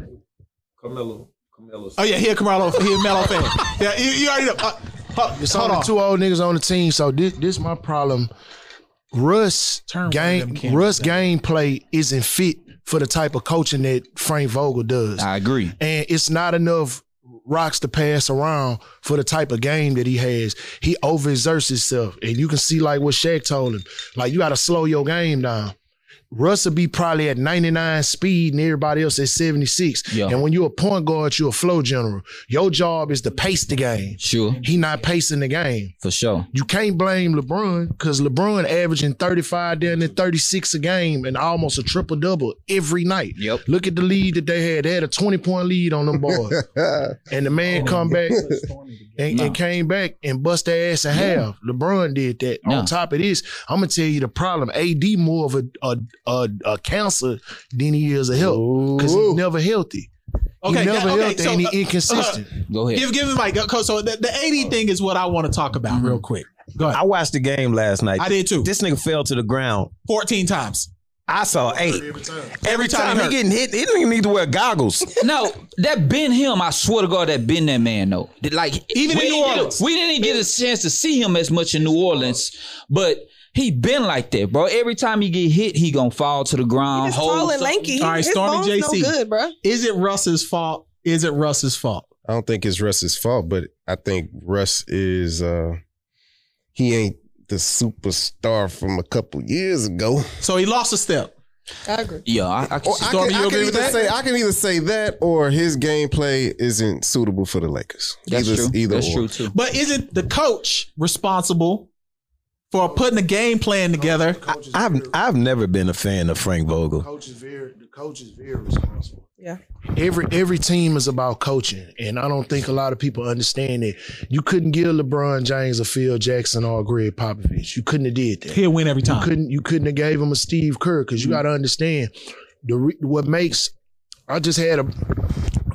S2: Carmelo, Carmelo.
S7: Oh yeah, he a Carmelo. He a Melo fan. Yeah, you, you already know. Uh, hold,
S8: it's
S7: hold
S8: only
S7: on.
S8: two old niggas on the team. So this this my problem. Russ
S4: Turn one of them
S8: game
S4: cameras
S8: Russ gameplay isn't fit for the type of coaching that Frank Vogel does.
S1: I agree.
S8: and it's not enough rocks to pass around for the type of game that he has. He overexerts himself, and you can see like what Shaq told him, like you got to slow your game down. Russ will be probably at 99 speed and everybody else at 76.
S1: Yeah.
S8: And when you're a point guard, you're a flow general. Your job is to pace the game.
S1: Sure,
S8: He not pacing the game.
S1: for sure.
S8: You can't blame LeBron because LeBron averaging 35 down to 36 a game and almost a triple double every night.
S1: Yep.
S8: Look at the lead that they had. They had a 20 point lead on them boys. and
S7: Oh,
S8: the man come back and, and came back and bust their ass in half. LeBron did that.
S1: Yeah.
S8: On top of this, I'm gonna tell you the problem. AD more of a a a, a cancer than he is a health because he's never healthy. He
S7: Okay,
S8: never
S7: yeah, okay,
S8: healthy
S7: so,
S8: and
S7: uh,
S8: he inconsistent.
S1: Go ahead.
S7: Give give him a mic. Co- So the, the eighty thing is what I want to talk about real quick. Go ahead.
S6: I watched the game last night.
S7: I did too.
S6: This nigga fell to the ground.
S7: Fourteen times.
S6: I saw eight.
S7: Every time, he
S6: Time he
S7: hurt.
S6: getting hit, he didn't need to wear goggles.
S1: No, that been him. I swear to God, that been that man though. That, Like
S7: Even
S1: we
S7: in New
S1: didn't get a-
S7: Orleans.
S1: we didn't get a chance to see him as much in New Orleans, but he been like that, bro. Every time he get hit, he gonna fall to the ground.
S5: He's
S1: hold
S5: tall and
S1: something.
S5: lanky. He,
S7: All right,
S5: his
S7: Stormy
S5: bones
S7: JC.
S5: no good, bruh.
S7: Is it Russ's fault? Is it Russ's fault?
S3: I don't think it's Russ's fault, but I think Russ is uh he ain't the superstar from a couple years ago.
S7: So he lost a step.
S5: I agree.
S1: Yeah, I, I can
S3: Or
S1: see.
S3: Oh, I
S7: Stormy,
S3: can,
S7: you
S3: I can
S7: agree with
S3: either
S7: that?
S3: say I can either say that or his gameplay isn't suitable for the Lakers.
S1: That's
S3: either
S1: true.
S3: either
S1: That's
S3: or.
S1: true too.
S7: But isn't the coach responsible for putting a game plan together?
S6: I've I've never been a fan of Frank Vogel.
S8: Coach is very the coach is very responsible.
S5: Yeah.
S8: Every every team is about coaching, and I don't think a lot of people understand that. You couldn't give LeBron James a Phil Jackson or a Greg Popovich. You couldn't have did that.
S7: He'll win every
S8: You
S7: time.
S8: couldn't you couldn't have gave him a Steve Kerr because you got to understand the re- what makes. I just had a.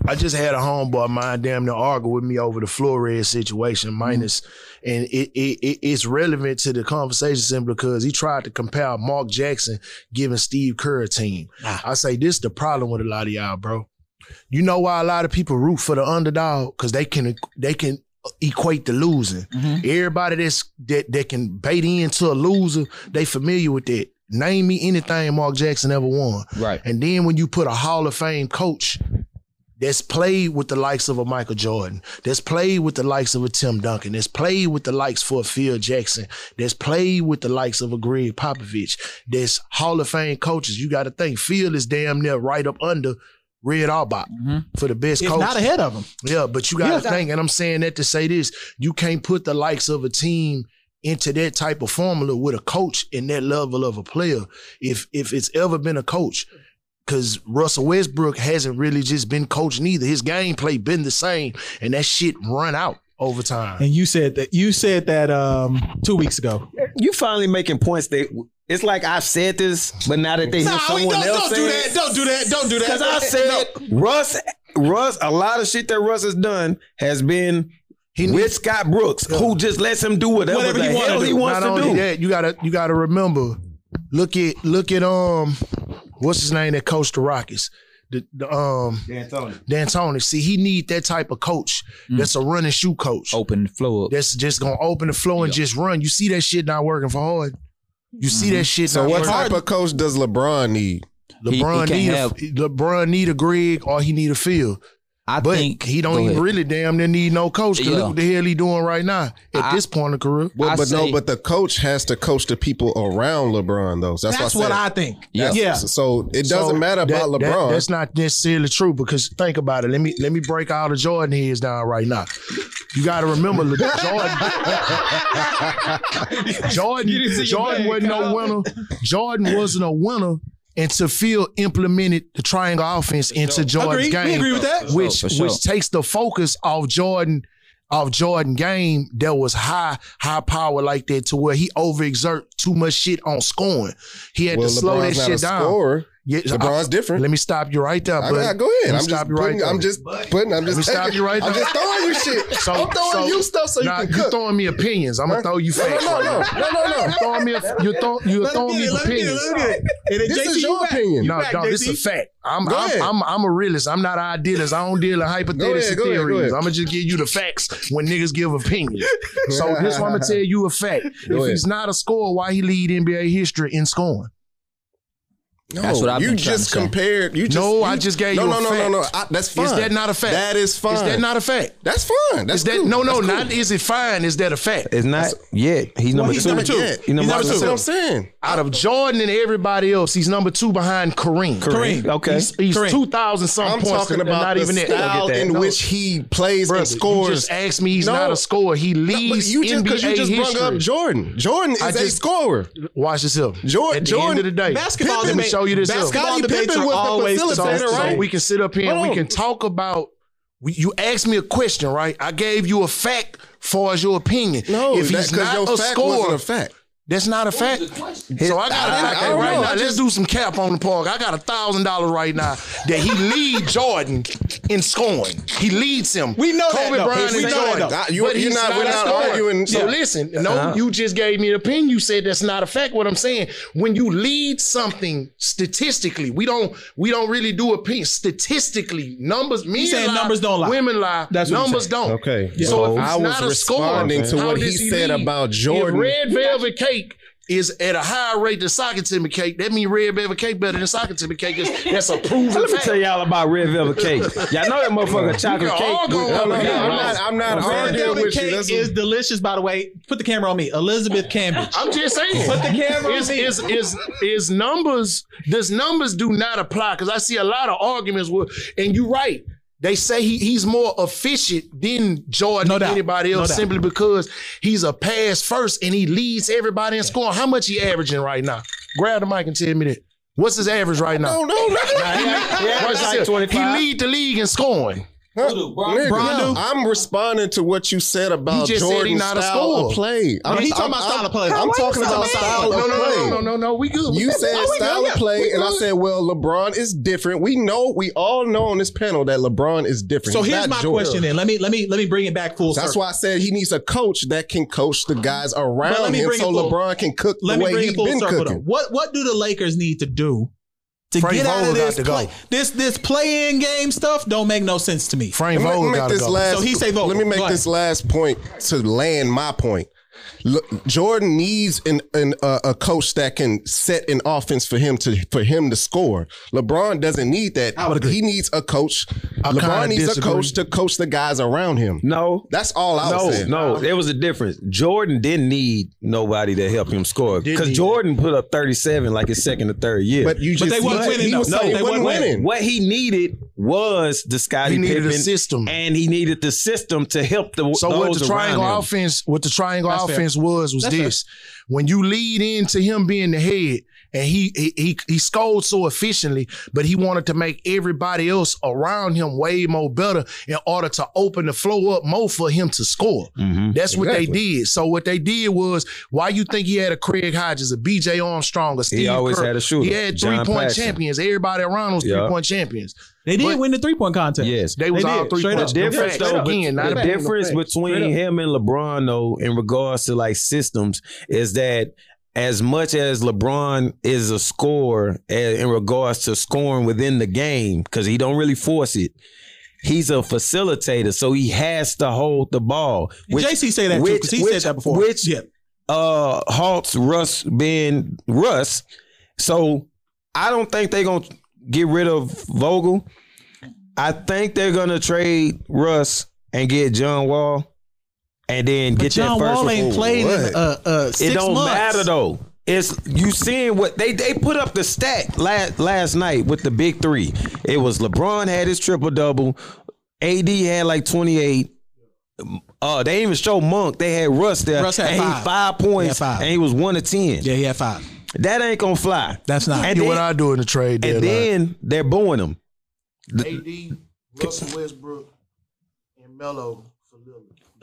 S8: I just had a homeboy of mine damn near argue with me over the Flores situation, minus- and it, it, it it's relevant to the conversation simply because he tried to compare Mark Jackson giving Steve Kerr a team. I say this the problem with a lot of y'all, bro. You know why a lot of people root for the underdog because they can they can equate the losing. Everybody that's that that can bait into a loser, they familiar with that. Name me anything Mark Jackson ever won.
S1: Right.
S8: And then when you put a Hall of Fame coach that's played with the likes of a Michael Jordan, that's played with the likes of a Tim Duncan, that's played with the likes for a Phil Jackson, that's played with the likes of a Greg Popovich, that's Hall of Fame coaches. You got to think Phil is damn near right up under Red Auerbach for the best
S7: If
S8: coach.
S7: not ahead of him.
S8: Yeah, but you got to think, and I'm saying that to say this: you can't put the likes of a team into that type of formula with a coach and that level of a player. If if it's ever been a coach, because Russell Westbrook hasn't really just been coached neither. His gameplay been the same, and that shit run out over time.
S7: And you said that you said that um two weeks ago.
S6: You finally making points that it's like I've said this, but now that they hear someone else say it-
S7: Don't do that. Don't do
S6: Because I said Russ, Russ, a lot of shit that Russ has done has been
S8: He
S6: with Scott Brooks, who just lets him do whatever,
S7: Whatever
S6: the
S7: he wanna
S6: hell he
S7: do.
S6: wants
S8: Not
S6: to
S8: only
S6: do.
S8: that, you gotta you gotta remember, look at look at um, what's his name that coached the Rockets, the, the um. D'Antoni. See, he need that type of coach
S1: Mm.
S8: that's a run and shoot coach.
S1: Open the floor up.
S8: That's just gonna open the flow and just run. You see that shit not working for hard. You see
S1: Mm-hmm.
S8: that shit.
S3: So
S8: not
S3: what
S8: working.
S3: type of coach does LeBron need?
S1: He- he
S8: LeBron
S1: can't
S8: need a,
S1: have-
S8: LeBron need a Greg or he need a Phil,
S1: I
S8: but
S1: think
S8: he
S1: Go
S8: don't even
S1: ahead.
S8: really damn near need no coach. 'cause
S1: Yeah.
S8: Look what the hell he doing right now at
S1: I-
S8: this point in career.
S3: Well,
S1: I
S3: but
S1: say-
S3: no, but the coach has to coach the people around LeBron though. So That's,
S7: That's,
S3: why
S7: what
S3: I
S7: I
S3: said.
S7: think.
S1: Yeah.
S3: That's-
S7: Yeah.
S3: So it doesn't
S8: So
S3: matter
S8: that-
S3: about
S8: that-
S3: LeBron.
S8: that's not necessarily true because think about it. Let me let me break all the Jordan heads down right now. You got to remember, Le- Jordan. Jordan, Jordan wasn't no winner. Jordan wasn't a winner until Phil implemented the triangle offense into Jordan's
S7: Agree.
S8: game
S7: We agree with that.
S8: which
S1: for sure.
S8: which takes the focus off Jordan off Jordan game that was high high power like that to where he overexert too much shit on scoring. He had
S3: well,
S8: to slow
S3: LeBron's
S8: that
S3: not a
S8: shit down.
S3: scorer.
S8: Yeah,
S3: LeBron's
S8: I-
S3: different.
S8: let me stop you right there.
S3: I-
S8: But
S3: I- go ahead.
S8: Let me
S3: I'm just
S8: stop you right
S3: putting,
S8: there.
S3: I'm just putting. I'm just
S8: me stop
S3: taking-
S8: you right
S3: I'm
S8: there.
S3: just throwing you shit.
S8: So-
S3: I'm throwing
S8: so-
S3: you stuff so
S8: Nah,
S3: you
S8: you
S3: can cook.
S8: throwing me opinions. I'm gonna throw you
S3: no,
S8: facts.
S3: no,
S8: right
S3: no,
S8: now.
S3: no, no, no.
S8: You're throwing me. You're, throw, you're throwing me opinions.
S3: This is your opinion.
S8: No, no, this is a fact. I'm,
S3: Go
S8: I'm,
S3: ahead.
S8: I'm, I'm a realist. I'm not an idealist. I don't deal in
S3: ahead,
S8: hypotheticals
S3: go ahead, go
S8: theories.
S3: ahead.
S8: I'm gonna just give you the facts when niggas give opinions. so this one, I'm gonna tell you a fact.
S3: Go
S8: if
S3: ahead.
S8: he's not a scorer, why he lead NBA history in scoring?
S3: No,
S1: That's what I've
S3: you
S1: been trying
S3: just
S1: to say.
S3: compared. You just
S8: no,
S3: you-
S8: I just gave
S3: no,
S8: you a
S3: no, no,
S8: fact.
S3: no, no, I- That's fine.
S8: Is that not a fact?
S3: That is fine.
S8: Is that not a fact?
S3: That's fine. That's
S8: Is that
S3: cool.
S8: no, no,
S3: That's cool.
S8: not is it fine? Is that a fact?
S6: It's not yet. He's number
S3: He's
S6: two.
S3: number two.
S6: He's number
S3: That's
S6: two.
S3: what I'm saying.
S8: Out of Jordan and everybody else, he's number two behind Kareem.
S6: Kareem. Okay.
S8: He's, he's
S4: Kareem.
S8: two thousand some
S3: I'm
S8: points.
S3: talking
S8: and
S3: about
S8: not
S3: the
S8: even that.
S3: style in
S8: No.
S3: which he plays
S8: Brother,
S3: and scores.
S8: You just asked me he's
S3: No.
S8: not a scorer. He
S3: No, but
S8: leads
S3: you just
S8: NBA
S3: because you just
S8: history.
S3: brung up Jordan. Jordan is
S8: I
S3: a
S8: just-
S3: scorer.
S8: Watch this here.
S3: Jordan-
S8: At the
S3: Jordan-
S8: end of the day,
S7: Basketball
S8: let me
S7: debate-
S8: show you this. here.
S7: basketball
S3: Scottie
S7: debates
S3: Pippen
S7: are
S3: was
S7: always
S3: the
S7: the
S8: So,
S7: best.
S3: facilitator,
S8: so
S3: right?
S8: we can sit up here and
S3: Hold
S8: we
S3: on.
S8: can talk about. we- You asked me a question, right? I gave you a fact far as your opinion.
S3: No,
S8: if
S3: that-
S8: he's
S3: 'cause
S8: not
S3: your
S8: a
S3: fact
S8: scorer,
S3: wasn't a fact.
S8: that's not a fact. So I got a
S3: I-
S8: fact
S3: I don't
S8: right
S3: know.
S8: now.
S3: I
S8: Let's
S3: just-
S8: do some cap on the park. I got a thousand dollars right now that he lead Jordan in scoring. He leads him.
S7: We know that,
S8: Kobe
S7: though.
S8: Bryant
S7: We
S8: and
S7: know that,
S8: Jordan.
S3: though. You-
S8: But
S3: you're
S8: he's
S3: not- we're
S8: a
S3: not
S8: scorer.
S3: arguing-
S8: So
S3: Yeah.
S8: listen, no,
S7: Uh-huh.
S8: you just gave me an opinion. You said that's not a fact. What I'm saying, when you lead something statistically, we don't we don't really do opinion statistically. Numbers, men
S7: saying
S8: lie,
S7: numbers don't lie.
S8: Women lie.
S7: That's what he's
S8: numbers don't.
S3: Okay.
S8: So if he's
S3: I was
S8: not a
S3: responding
S8: scorer,
S3: to
S8: how
S3: what he
S8: does he
S3: said
S8: lead?
S3: about Jordan.
S8: If red velvet cake is at a higher rate than socket timber cake, that means red velvet cake better than socket timber cake. That's- That's a proven
S6: Let me
S8: fact.
S6: tell y'all about red velvet cake. Y'all know that motherfucker
S8: We
S6: chocolate
S8: can
S6: cake.
S8: all go
S6: with
S8: on.
S6: covered
S3: I'm
S8: No,
S6: in
S3: not, I'm
S6: ice.
S3: not, I'm not
S7: Red
S3: arguing
S7: velvet
S3: with you.
S7: cake
S3: That's
S7: is delicious, by the way. Put the camera on me, Elizabeth Cambridge.
S8: I'm just saying.
S7: Put the camera on
S8: is,
S7: me.
S8: is is is numbers does numbers do not apply because I see a lot of arguments with and you're right. They say he, he's more efficient than Jordan
S7: No
S8: or
S7: doubt.
S8: anybody else
S7: No doubt.
S8: simply because he's a pass first and he leads everybody in scoring. How much he averaging right now? Grab the mic and tell me that. What's his average right
S3: no,
S8: now?
S3: no, no.
S6: Yeah,
S8: Watch
S6: it's
S8: this
S6: like
S8: here.
S6: 25.
S8: He lead the league in scoring.
S3: Nigga,
S8: Brondo.
S3: I'm responding to what you said about
S8: just said he
S3: Jordan's
S8: not a
S3: style
S8: scorer.
S3: of play. I'm,
S7: he talking
S3: I'm-
S7: about style of play.
S3: I'm
S5: Why you
S3: talking
S5: so
S3: about
S5: mad?
S3: style
S8: No,
S3: of
S8: no, no,
S3: play.
S8: no, no, no. We good.
S3: You
S5: Oh,
S3: said
S5: we
S3: style
S5: good.
S3: of play,
S5: We
S3: and I
S5: good.
S3: said, "Well, LeBron is different." We know, we all know on this panel that LeBron is different.
S4: So
S3: He's
S4: here's
S3: not
S4: my
S3: Jordan.
S4: question. Then let me let me let me bring it back full
S3: That's
S4: circle.
S3: why I said he needs a coach that can coach the guys
S4: But let
S3: around
S4: me
S3: him,
S4: bring
S3: so
S4: it full-
S3: LeBron can cook the
S4: let me
S3: way
S4: bring
S3: he's
S4: it full
S3: been
S4: circle. Though.
S3: cooking.
S4: What what do the Lakers need to do to
S8: Frank
S4: get out
S8: Vogel
S4: of
S8: got
S4: this
S8: to go.
S4: play? This this play in game stuff don't make no sense to me.
S8: Frank
S3: Let me
S8: Vogel
S3: make
S8: gotta
S3: this
S8: go.
S3: last.
S4: So he say Vogel.
S3: Let me make
S4: Go ahead.
S3: this last point to land my point. Look, Jordan needs an, an uh, a coach that can set an offense for him to for him to score. LeBron doesn't need that.
S4: I would agree.
S3: He needs a coach.
S8: kinda
S3: LeBron needs
S8: disagree.
S3: a coach to coach the guys around him.
S6: No.
S3: That's all I was
S6: No,
S3: saying.
S6: no, there was a difference. Jordan didn't need nobody to help him score because Jordan put up 37 like his second or third year.
S3: But you just
S4: they wasn't
S3: he-
S4: winning,
S3: He was
S4: though.
S3: saying he
S4: No, they
S3: wasn't
S4: wasn't
S3: winning.
S6: what he needed was the Scottie
S8: He needed a
S6: Pippen
S8: system.
S6: and he needed the system to help the
S8: So
S6: those
S8: what the triangle
S6: around him.
S8: offense, what the triangle
S4: That's fair.
S8: offense was, was this: when you lead into him being the head, and he he he, he scored so efficiently, but he wanted to make everybody else around him way more better in order to open the floor up more for him to score.
S6: Mm-hmm.
S8: That's what they did. So what they did was, why you think he had a Craig Hodges, a B.J. Armstrong, a Steve
S6: always
S8: Kerr?
S6: had a shooter.
S8: He had three
S6: John
S8: point
S6: Paxson.
S8: champions. Everybody around was
S6: Yeah.
S8: three point champions.
S4: They did
S8: But-
S4: win the three point contest.
S6: Yes.
S8: They was
S4: They
S8: all
S4: did.
S8: three
S4: Straight
S8: point
S4: up.
S6: The difference,
S8: champions.
S6: though, bet-
S8: Again, not
S6: the
S8: a bad-
S6: difference between him and LeBron, though, in regards to like systems, is that as much as LeBron is a scorer eh, in regards to scoring within the game, because he don't really force it, he's a facilitator, so he has to hold the ball.
S4: And
S6: which-
S4: JC say that too
S6: which-
S4: because he
S6: which-
S4: said that before.
S6: Which
S4: yeah.
S6: uh halts Russ being Russ. So I don't think they're gonna get rid of Vogel. I think they're gonna trade Russ and get John Wall and then
S4: But
S6: get
S4: John
S6: that first
S4: Wall ain't played
S3: what?
S4: in uh, uh, six
S6: it don't
S4: months.
S6: matter though. It's you seeing what they they put up the stat last last night with the big three. It was LeBron had his triple double, AD had like twenty eight. Uh, they didn't even show Monk. They had Russ there.
S4: Russ had
S6: and he
S4: five.
S6: five points,
S4: He had five.
S6: and he was one of ten.
S4: Yeah, he had five.
S6: That ain't gonna fly.
S4: That's not.
S6: And
S8: Yeah, what
S6: then,
S8: I do in the trade
S6: and
S8: deadline.
S6: then they're booing him.
S8: AD, Russell Westbrook, and Melo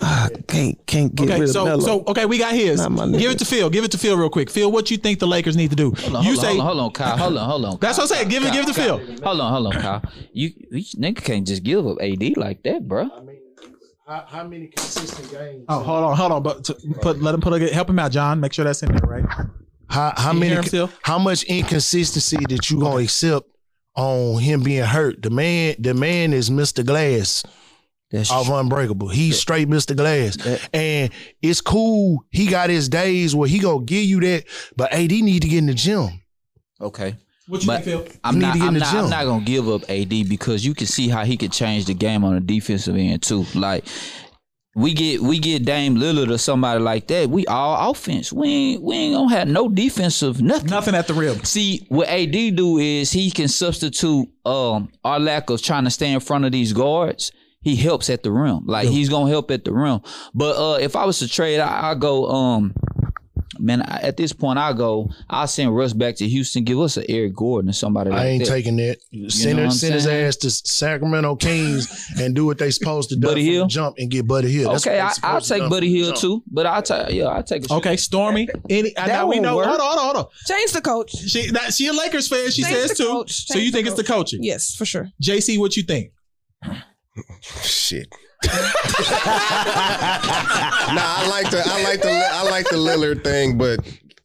S6: I can't can't get
S7: Okay,
S6: rid of
S7: so
S6: Melo.
S7: so okay, we got his.
S6: Not my nigga.
S7: Give it to Phil. Give it to Phil real quick. Phil, what you think the Lakers need to do?
S1: Hold on,
S7: you
S1: hold
S7: say
S1: on, hold on, Kyle. Hold on, hold on.
S7: That's
S1: Kyle,
S7: what I'm saying. Give it-
S1: Kyle,
S7: give it to
S1: Kyle.
S7: Phil.
S1: Hold on, hold on, Kyle. You, you nigga can't just give up AD like that, bro.
S8: I mean, how, how many consistent games?
S7: Oh, hold on, hold on. But to put let him put a, help him out, John. Make sure that's in there, right?
S8: How, how
S7: You
S8: many?
S7: hear him still?
S8: How much inconsistency that you gonna accept on him being hurt? The man, the man is Mr. Glass
S6: That's
S8: of Unbreakable. He's straight Mr. Glass,
S6: that-
S8: and it's cool. He got his days where he gonna give you that, but AD need to get in the gym.
S1: Okay.
S7: What you
S1: But-
S7: think, Phil?
S1: I'm
S8: You need
S1: not,
S8: to get
S1: I'm
S8: in the
S1: not, I'm
S8: gym.
S1: not gonna give up AD because you can see how he could change the game on the defensive end too. Like we get we get Dame Lillard or somebody like that. We all offense. We ain't we ain't gonna have no defensive nothing.
S7: Nothing at the rim.
S1: See what AD do is he can substitute um our lack of trying to stay in front of these guards. He helps at the rim. Like he's gonna help at the rim. But uh if I was to trade, I, I go um man I, at this point I go I send Russ back to Houston. Give us an Eric Gordon or somebody like
S8: I ain't
S1: that.
S8: taking that. Send,
S1: know what
S8: her,
S1: I'm
S8: send his
S1: saying?
S8: ass to Sacramento Kings and do what they supposed to do.
S1: Buddy
S8: from the
S1: Hield?
S8: Jump and get Buddy Hill.
S1: okay, I, I'll take Buddy Hill too, but I'll take yeah, I'll take a
S7: Okay, Stormy. Any I
S5: That
S7: now we
S5: won't
S7: know.
S5: work.
S7: Hold on, hold on, hold on.
S5: Change the coach.
S7: She that, she a Lakers fan. She
S5: Change
S7: says too.
S5: the coach.
S7: So
S5: Change
S7: you
S5: the
S7: think it's the coaching?
S5: Yes, for sure.
S7: JC, what you think?
S3: Shit. nah, I like the I like the I like the Lillard thing, but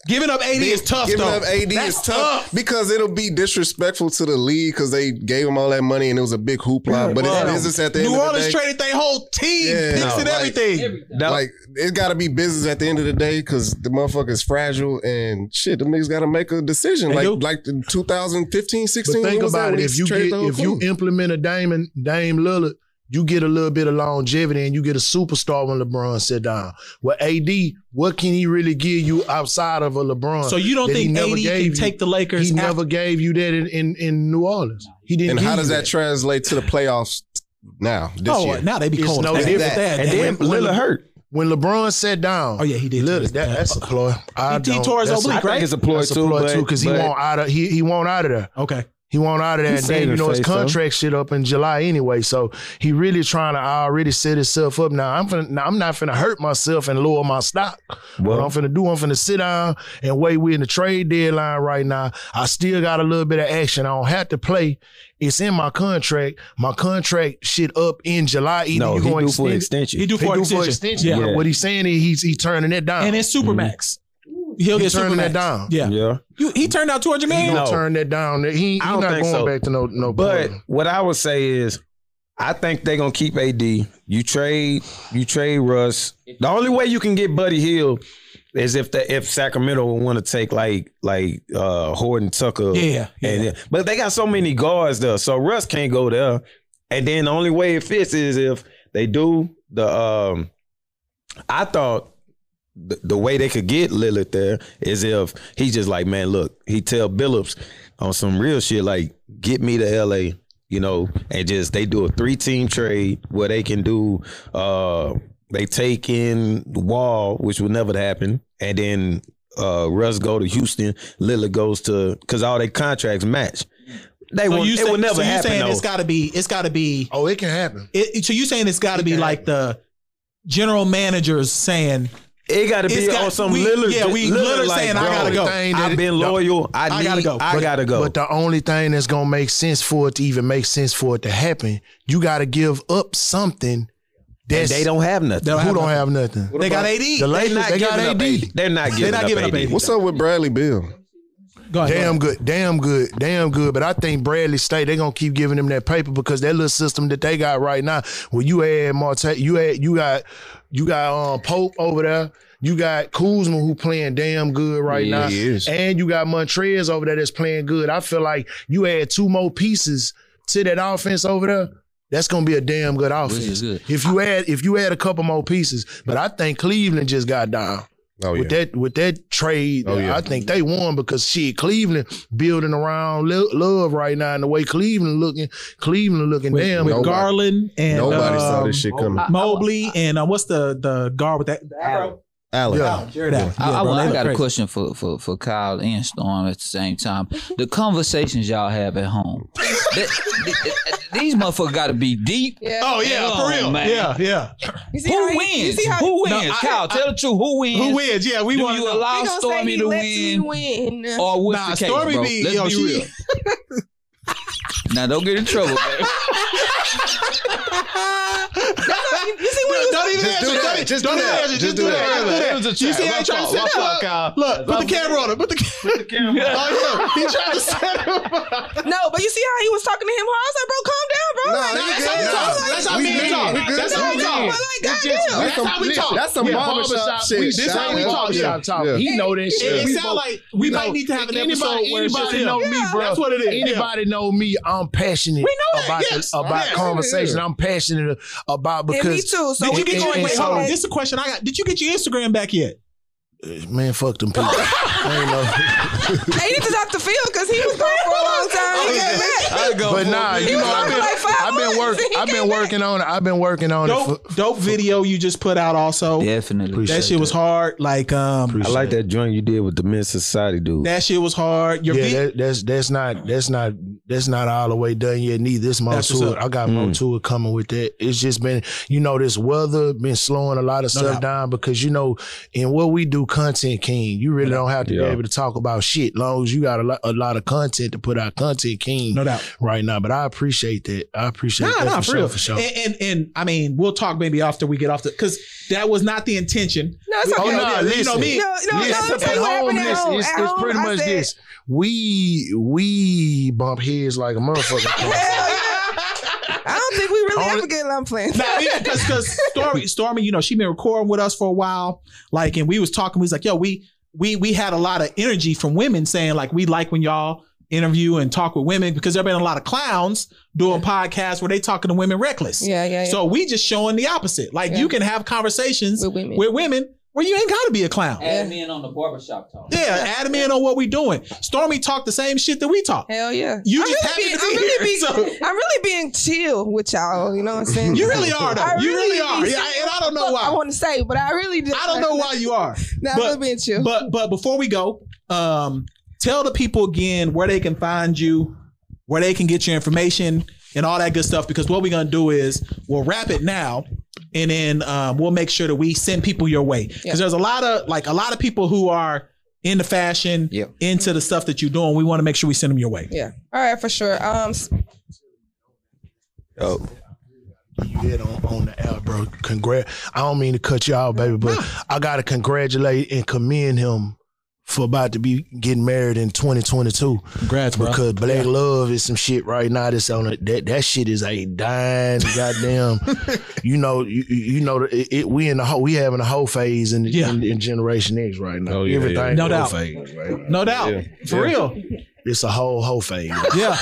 S7: Giving up AD is tough
S3: Giving
S7: though.
S3: up AD
S7: That's
S3: is tough, because it'll be disrespectful to the league because they gave him all that money and it was a big hoopla. But it's business at the
S7: New
S3: end of the
S7: Orleans
S3: day.
S7: traded their whole team,
S3: Yeah,
S7: picks
S3: no,
S7: and
S3: like-
S7: everything.
S3: Like it got to be business at the end of the day because the motherfucker's fragile and shit. The niggas got to make a decision. like
S7: do.
S3: like the 2015, 16.
S8: But think
S3: what was that
S8: about
S3: when
S8: it.
S3: he
S8: If you
S3: traded
S8: get,
S3: the whole
S8: if you
S3: team?
S8: implement a Dame and Dame Lillard, you get a little bit of longevity and you get a superstar when LeBron sit down. Well, AD, what can he really give you outside of a LeBron?
S7: So you don't
S8: that he
S7: think
S8: never
S7: AD
S8: gave
S7: can
S8: you?
S7: take the Lakers?
S8: he
S7: out-
S8: never gave you that in, in, in New Orleans. He didn't.
S3: and
S8: give
S3: how does
S8: you
S3: that translate to the playoffs now this
S7: oh,
S3: year?
S7: now they be
S8: It's
S7: cold.
S8: no
S7: as
S8: different.
S7: hell. They-
S6: and
S7: they-
S6: then Lillard hurt.
S8: when LeBron sat down?
S7: Oh yeah, he did.
S8: Lillard, that, that's a ploy. I
S7: He- he
S8: don't-
S7: tore his
S8: that's
S7: oblique,
S8: a-
S7: I think right?
S6: it's a ploy
S8: that's a
S6: too,
S8: ploy
S6: but-
S8: too because he
S6: but-
S8: won't out of he he won't out of there.
S7: okay.
S8: He won't out of
S6: He
S8: that. And
S6: saved
S8: Dave, you
S6: his
S8: know, his
S6: face, though.
S8: contract shit up in July anyway. So he really trying to already set himself up. Now I'm finna, now I'm not finna hurt myself and lower my stock. what I'm finna do, I'm finna sit down and wait. We're in the trade deadline right now. I still got a little bit of action. I don't have to play. It's in my contract. My contract shit up in July. Either
S6: No,
S8: you
S6: he
S8: gonna
S6: do for
S8: extend it-
S6: extension.
S7: He do
S8: He
S7: for
S8: do
S7: extension.
S8: for extension.
S7: Yeah.
S8: But
S6: Yeah.
S8: What he's saying is he's he turning it down.
S7: and it's Supermax. He'll
S8: He
S7: get
S8: turning
S7: Supermax.
S8: that down.
S7: Yeah.
S6: Yeah.
S7: You, he turned out 200
S8: he
S7: million.
S8: gonna
S6: No.
S8: turn that down. He he
S6: I don't
S8: not
S6: think
S8: going
S6: so.
S8: back to no no.
S6: But
S8: program.
S6: what I would say is, I think they're gonna keep AD. You trade, you trade Russ. The only way you can get Buddy Hill is if the if Sacramento would want to take like like uh Horton Tucker.
S7: Yeah, yeah.
S6: And, but they got so many guards there, so Russ can't go there. And then the only way it fits is if they do the. um I thought the, the way they could get Lillard there is if he's just like, man, look, he tell Billups on some real shit like, get me to LA, you know, and just they do a three team trade where they can do uh they take in the wall, which would never happen, and then uh Russ go to Houston, Lillard goes to cause all their contracts match. They
S7: So
S6: will,
S7: you
S6: it
S7: say,
S6: will never
S7: so you
S6: happen
S7: saying
S6: though.
S7: it's got to be it's got to be
S8: oh, it can happen.
S7: it, so you saying it's got to
S8: It
S7: be
S8: can
S7: like the general managers saying
S6: It got to
S7: It's
S6: be
S7: got-
S6: on some
S7: we-
S6: Lillard.
S7: yeah, we- Lillard
S6: like,
S7: saying, I
S6: bro,
S7: gotta go.
S6: I've been loyal. I,
S7: I
S6: need,
S7: gotta go.
S6: I
S7: But-
S6: gotta go.
S8: But the only thing that's gonna make sense for it to even make sense for it to happen, you gotta give up something
S6: and
S8: that's
S6: they don't have nothing.
S7: They don't
S8: who
S7: have
S8: don't
S7: nothing.
S8: have nothing.
S7: they got AD.
S8: The Lakers,
S6: not
S8: they got
S6: giving up
S8: AD.
S6: AD. They're not giving
S7: not
S6: up
S7: giving up
S6: AD.
S7: AD.
S3: What's up with Bradley Bill?
S7: Go ahead, go ahead.
S8: Damn good, damn good, damn good. But I think Bradley State they're gonna keep giving them that paper because that little system that they got right now, where you had Marte, you had you got you got um Pope over there, you got Kuzma who playing damn good right
S1: Yeah,
S8: now,
S3: he is.
S8: and you got Montrez over there that's playing good. I feel like you add two more pieces to that offense over there. That's gonna be a damn good offense.
S1: is good.
S8: If you add if you add a couple more pieces, but I think Cleveland just got down
S3: Oh yeah,
S8: with that with that trade.
S3: Oh, yeah.
S8: I think they won because shit, Cleveland building around lo- love right now, and the way Cleveland looking, Cleveland looking
S7: with,
S8: damn.
S7: with
S3: nobody-
S7: Garland and
S3: nobody saw
S7: um,
S3: this shit coming.
S7: Mobley and uh, what's the the guard with that?
S3: Allen.
S8: Yeah.
S9: Jared Allen.
S1: I,
S9: Yeah,
S1: I-
S9: bro,
S1: I
S9: they look
S1: got a
S9: crazy.
S1: question for, for, for Kyle and Storm at the same time. The conversations y'all have at home, th- th- th- these motherfuckers got to be deep.
S5: Yeah.
S4: Oh yeah,
S1: Hell,
S4: for real.
S1: man.
S4: Yeah, yeah.
S5: You see how
S1: Who
S5: he- You
S1: wins?
S5: see how
S1: Who wins?
S4: No, I-
S1: Kyle, tell the truth. Who wins?
S4: Who wins? Yeah, we
S1: Do
S4: want
S1: you allow
S5: he gonna say
S1: Stormy
S5: he
S1: to
S5: lets
S1: win,
S5: me
S1: Oh.
S5: win.
S1: or what's
S4: Nah,
S1: the case,
S4: Stormy
S1: bro?
S4: be-
S1: Let's
S4: yo,
S1: be
S4: she-
S1: real. now don't get in trouble, man.
S5: you see when you
S4: Don't even
S3: Just
S4: answer.
S3: do
S4: Don't
S3: that.
S4: even-
S3: Just
S4: don't
S3: do
S4: even
S3: that.
S4: answer.
S3: Just do that.
S4: Just do that.
S1: It was a
S4: You
S1: trap.
S4: see how
S1: My
S4: he trying to
S1: fault,
S4: set
S1: my
S4: it
S1: fault,
S4: up?
S1: Kyle.
S4: Look, put
S1: My
S4: the camera on him. Put the camera. Oh yeah, he trying to set it up.
S5: No, but you see how he was talking to him hard. I was like, bro, calm down, bro.
S3: Nah,
S5: like,
S3: nigga,
S4: That's how we
S3: nah.
S4: talk. That's how
S3: We
S4: men
S3: good.
S4: talk.
S3: We good.
S4: That's how
S3: We
S4: we
S5: no,
S4: talk.
S5: but
S3: good.
S5: like, goddamn.
S4: That's how we talk.
S3: That's some
S4: Yeah,
S3: barbershop, shit.
S8: We, this how we
S3: Shout
S8: talk.
S3: out.
S8: Shop talk.
S3: Yeah.
S8: He know that shit.
S4: It,
S8: We
S4: it sounds
S8: both-
S4: like we
S8: you
S4: might
S8: know,
S4: need to have an
S8: anybody,
S4: episode where it's just
S8: anybody
S4: him.
S8: know me, bro.
S4: That's what it is. Yeah.
S8: Anybody know me? I'm passionate
S4: know that,
S8: about
S4: yes.
S8: about
S4: Yes.
S8: conversation. I'm passionate about because
S5: And me too. So
S4: Did you
S5: we
S4: get
S8: and-
S4: your
S8: and
S4: wait,
S8: so-
S4: hold on. This is a question I got. Did you get your Instagram back yet?
S8: man, fuck them people. I ain't know.
S5: They need to talk to Phil because he was gone for a long time. He came back.
S1: I go
S8: But
S1: for
S8: nah,
S1: it.
S8: you know, I've been,
S5: like five
S8: I've been
S5: months.
S8: working.
S5: He
S8: I've been
S5: came back.
S8: working on it. I've been working on it. For,
S4: Dope, dope video you just put out. Also,
S1: Definitely.
S4: that shit was hard. Like, um,
S6: I like that joint you did with the Men's Society dude.
S4: that shit was hard. Your
S8: yeah,
S4: vi-
S8: that, that's that's not that's not that's not all the way done yet. Neither this my
S4: That's what's
S8: tour.
S4: up.
S8: I got more tour coming with that. It's just been you know this weather been slowing a lot of stuff
S4: doubt.
S8: down because you know in what we do, content king. You really don't have to
S6: Yeah.
S8: be able to talk about shit long as you got a lot a lot of content to put out. Content king
S4: no doubt.
S8: right now, but I appreciate that. I appreciate
S4: Nah,
S8: that
S4: nah,
S8: for,
S4: for
S8: sure.
S4: real.
S8: For sure.
S4: And, and and I mean, we'll talk maybe after we get off the because that was not the intention.
S5: No, it's okay.
S8: Oh,
S4: You know,
S8: nah,
S4: you know
S8: listen.
S4: me.
S5: No, no,
S8: Listen,
S5: no. Tell you what happened at
S8: listen,
S5: home.
S8: It's,
S5: At
S8: it's
S5: home,
S8: pretty
S5: I
S8: much
S5: said,
S8: this. We we bump heads like a
S5: Hell
S8: motherfucker.
S5: yeah. I don't think we really
S8: Only-
S5: ever get lump plans.
S4: Nah, yeah, because Stormy, Stormy, you know, she been recording with us for a while. Like, and we was talking. We was like, yo, we we we had a lot of energy from women saying like, we like when y'all interview and talk with women because there been a lot of clowns doing podcasts where they talking to women reckless.
S5: Yeah, yeah, yeah.
S4: So we just showing the opposite. Like
S5: Yeah.
S4: you can have conversations
S5: With women.
S4: with women where you ain't gotta be a clown. Yeah,
S5: Add
S1: me in on the barbershop talk.
S4: add 'em in on what we doing. Stormy talk the same shit that we talk.
S5: Hell yeah.
S4: You
S5: I'm
S4: just
S5: really being,
S4: happen to
S5: I'm
S4: be
S5: really
S4: here.
S5: being,
S4: so-
S5: I'm really being chill with y'all. You know what I'm saying?
S4: You really are though.
S5: I
S4: you really,
S5: really
S4: are.
S5: be
S4: Yeah,
S5: saying
S4: and I don't know
S5: Fuck, I
S4: why.
S5: want to say, but I really do.
S4: I don't know why you are. but-
S5: Nah, I'm really being chill.
S4: But but before we go, um, tell the people again where they can find you, where they can get your information and all that good stuff. Because what we're gonna do is we'll wrap it now, and then um, we'll make sure that we send people your way. Because
S5: Yeah.
S4: there's a lot of like a lot of people who are into fashion,
S1: Yeah.
S4: into the stuff that you're doing. We want to make sure we send them your way.
S5: yeah. All right, for sure. Um, s-
S6: Oh,
S8: You did on, on the app, bro. Congrat. I don't mean to cut you out, baby, but I gotta congratulate and commend him for about to be getting married in 2022
S4: Congrats,
S8: because Black Love is some shit right now. That's on it. That that shit is a dying goddamn. you know, you, you know, it, it, we in the whole, we having a whole phase in,
S4: Yeah.
S8: in, in Generation X right now.
S3: Oh, yeah,
S8: Everything
S3: yeah.
S4: No
S8: whole
S4: doubt.
S8: phase right now.
S4: No doubt,
S3: Yeah.
S4: for real.
S8: It's a whole whole phase.
S4: Yeah,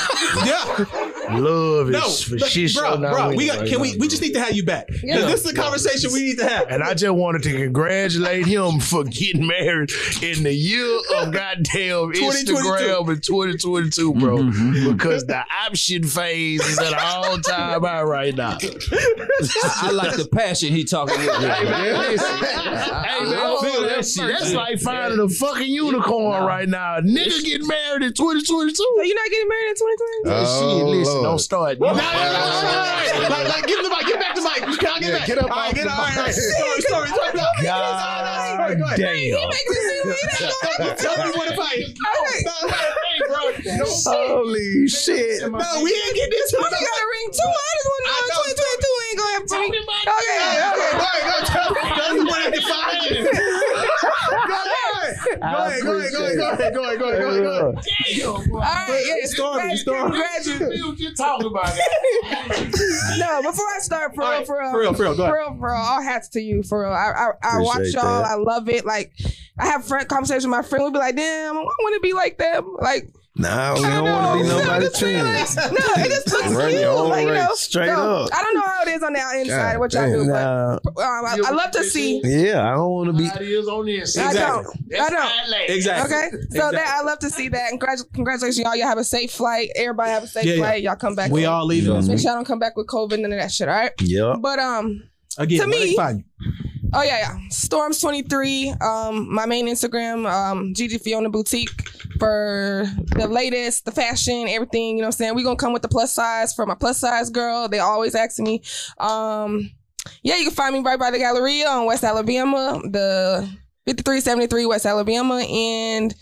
S4: yeah.
S8: Love
S4: No,
S8: is for
S4: but,
S8: shit.
S4: bro,
S8: show now
S4: bro. We
S8: in it
S4: got.
S8: right
S4: Can we?
S8: now,
S4: We
S8: bro.
S4: just need to have you back because
S5: Yeah.
S4: this is the conversation we need to have.
S8: And I just wanted to congratulate him for getting married in the year of goddamn
S4: 2022.
S8: Instagram in 2022, bro.
S3: Mm-hmm,
S8: Because the option phase is at an all time high right now.
S1: I, I like the passion he talking with.
S8: Hey, man,
S1: I feel that
S8: that's,
S1: shit,
S8: that's
S1: man.
S8: like finding a fucking unicorn right now. A nigga getting married in 2022.
S5: so you're not getting married in 2020?
S8: Shit,
S3: Oh,
S8: listen,
S3: Lord.
S8: don't start.
S4: No, no, no, no, no, no. Like, like, give him the mic. Get back the mic. Can I get
S3: Yeah,
S4: back?
S3: get up
S4: All right,
S3: off
S4: get
S3: the
S4: all right, all right.
S3: mic.
S4: Story, story, story. Go ahead,
S8: God
S4: go ahead, go ahead, go ahead.
S8: damn.
S4: Tell me what if I. Hey, bro.
S8: Holy shit.
S4: No, we ain't get this.
S5: But you got a ring too. I just want to know
S4: I
S5: if
S4: know.
S5: 2022 ain't going to have to ring. Okay, okay.
S4: Go ahead, go tell me. That's the one that defines you. Go ahead, go ahead, go ahead, go ahead, go ahead, go ahead, go ahead, go ahead.
S5: All right, yeah.
S4: Stormy,
S5: Congrat-
S4: Stormy.
S5: congratulations. No, before I start, for
S4: All
S5: real,
S4: right,
S5: for real,
S4: for real, for real, go
S5: for real, for real, all hats to you, for real. I, I, I watch
S6: Appreciate
S5: y'all.
S6: that.
S5: I love it. Like, I have friend conversations with my friend. We'll be like, damn, I want to be like them. Like,
S6: nah, we Oh, don't
S5: know.
S6: want to be
S5: No,
S6: nobody's
S5: just feel
S6: trend.
S5: like- No, it just looks
S3: Run
S5: cute.
S3: your own
S5: Like, you know,
S3: race.
S6: Straight
S5: so,
S6: up.
S5: I don't know how it is on the inside,
S3: God
S5: what y'all do, but
S6: Nah,
S5: um, I, I love to see.
S6: yeah, I don't want to be.
S5: I don't.
S4: Exactly.
S5: I don't.
S4: Exactly.
S5: Okay, so that I love to see that. And congrats- congratulations, y'all. Y'all have a safe flight. Everybody have a safe
S4: Yeah, yeah.
S5: flight. Y'all come back.
S4: We
S5: home.
S4: all Uh, leaving.
S5: Make sure I don't come back with COVID and none of that shit. All right.
S6: Yep.
S5: But um,
S4: Again,
S5: To
S4: where they
S5: me-
S4: find you?
S5: Oh yeah, yeah. Storms twenty three. Um, my main Instagram, um, Gigi Fiona Boutique for the latest, the fashion, everything. You know what I'm saying? We gonna come with the plus size for my plus size girl. They always ask me. Um, yeah, you can find me right by the Galleria on West Alabama, the fifty three seventy three West Alabama, and.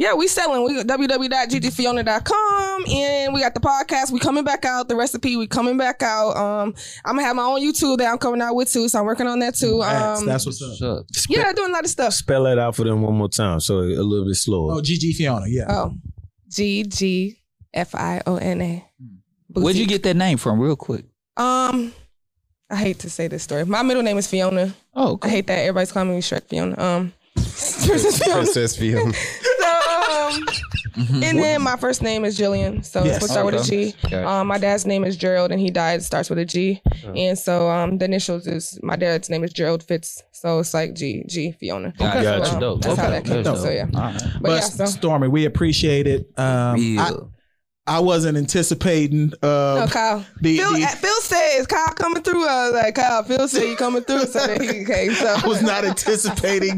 S5: Yeah, we selling. We www.ggfiona.com and we got the podcast. We coming back out. The recipe, we coming back out. Um, I'm gonna have my own YouTube that I'm coming out with too, so I'm working on that too.
S4: That's-
S5: Um,
S4: that's what's up.
S1: Shut up.
S5: yeah, doing a lot of stuff.
S6: Spell it out for them one more time, so a little bit slower.
S4: Oh, GG Fiona, yeah.
S5: Oh, G G F I O N A.
S10: Where'd you get that name from, real quick?
S5: Um, I hate to say this story. My middle name is Fiona.
S10: Oh,
S5: I
S10: okay.
S5: hate that everybody's calling me Shrek Fiona. Um, Princess Fiona.
S3: Princess Fiona.
S5: So, um, and then my first name is Jillian, so
S4: Yes.
S5: it's supposed to start with a G.
S1: Mm-hmm. Okay.
S5: Um, my dad's name is Gerald, and he died. Starts with a G,
S1: Oh.
S5: and so um, the initials is my dad's name is Gerald Fitz, so it's like G G Fiona.
S1: Gotcha.
S5: So,
S1: Gotcha.
S5: um,
S1: Dope.
S5: That's how
S1: Okay.
S5: that came.
S1: That's
S5: So yeah,
S1: dope.
S5: but,
S1: All right.
S4: But
S5: yeah, so
S4: Stormy, we appreciate it. Um,
S1: Yeah.
S4: I, I wasn't anticipating uh,
S5: no, Oh, Kyle.
S4: the,
S5: Phil,
S4: the-
S5: uh, Phil says Kyle coming through. I was like Kyle. Phil said you coming through, so then he okay. So
S4: I was not anticipating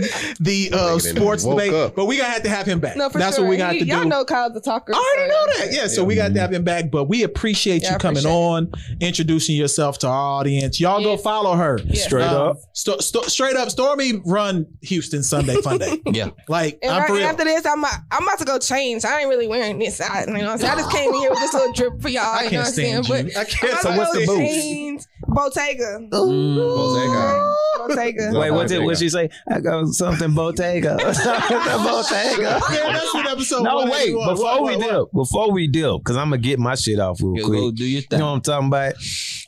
S3: Nigga
S4: the uh,
S3: done
S4: sports
S3: woke
S4: debate,
S3: up.
S4: but we gonna have to have him back.
S5: no, for
S4: That's
S5: sure.
S4: what we got
S5: He-
S4: to do.
S5: Y'all know Kyle's a talker.
S4: I already
S5: so,
S4: know
S5: yeah.
S4: that. Yeah, so we got to have him back, but we appreciate
S5: Yeah, I
S4: you coming
S5: appreciate it.
S4: on, introducing yourself to our audience. Y'all go
S5: Yes.
S4: follow her.
S5: Yes.
S6: Straight
S4: Um,
S6: up.
S4: sto- sto- straight up, Stormy run Houston Sunday Funday.
S1: Yeah.
S4: like
S5: And
S4: I'm
S5: right
S4: for real.
S5: after this, I'm a- I'm about to go change. I ain't really wearing this. I, you know, what I'm saying? I just came in here with this little drip for y'all.
S4: I
S5: you know
S4: can't
S5: what I'm saying?
S4: stand
S5: But
S4: you. I
S5: I'm
S4: can't.
S5: about
S4: So
S5: to
S4: what's
S5: go
S4: the move?
S5: change Bottega.
S1: Bottega.
S5: Bottega.
S6: Wait, what's it? What she say? I got something Bottega. Bottega.
S4: Yeah, that's what episode.
S6: No, wait.
S4: 181
S6: Before we
S4: what-
S6: dip, before we dip, because I'm gonna get my shit off real
S1: Go
S6: quick.
S1: do your
S6: You know
S1: thing.
S6: what I'm talking about?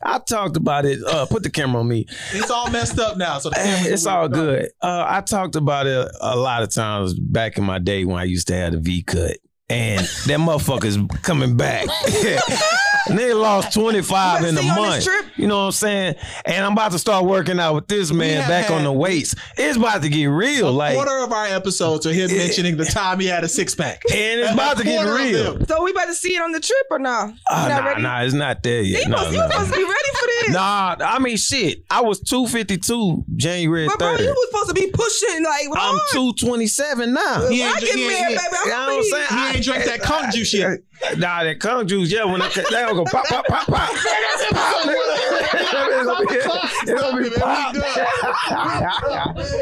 S6: I talked about it. Uh, put the camera on me.
S4: It's all messed up now. So the cameras
S6: It's
S4: are
S6: all
S4: messed up.
S6: good. Uh, I talked about it a lot of times back in my day when I used to have the V cut. And that motherfucker's coming back. Nigga lost 25 in a
S5: See you on this
S6: month.
S5: trip?
S6: You know what I'm saying? And I'm about to start working out with this man
S4: have
S6: back on
S4: had-
S6: the weights. It's about to get real. Like,
S4: quarter of our episodes are him mentioning the time he had a six pack.
S6: and it's about to get
S4: Quarter of
S6: real.
S4: them.
S5: So we about to see it on the trip or no?
S6: Ah,
S5: You not
S6: nah,
S5: ready?
S6: nah, it's not there
S5: You
S6: yet. Nah,
S5: supposed, you
S6: nah.
S5: supposed to be ready for this.
S6: Nah, I mean, shit. I was 252 January
S5: but bro,
S6: 3rd.
S5: you was supposed to be pushing like
S6: I'm
S5: hard.
S6: 227 now.
S4: He
S5: When I
S4: ain't-
S5: get
S4: he ain't-
S5: married,
S4: he-
S5: baby. I'm
S6: You know what
S5: gonna
S6: I'm
S5: be-
S6: saying?
S4: He ain't drink that cum juice yet.
S6: Nah, that cum juice, yeah, when I, that gonna go pop, pop, pop, pop. That bitch gonna be- it's gonna be pop.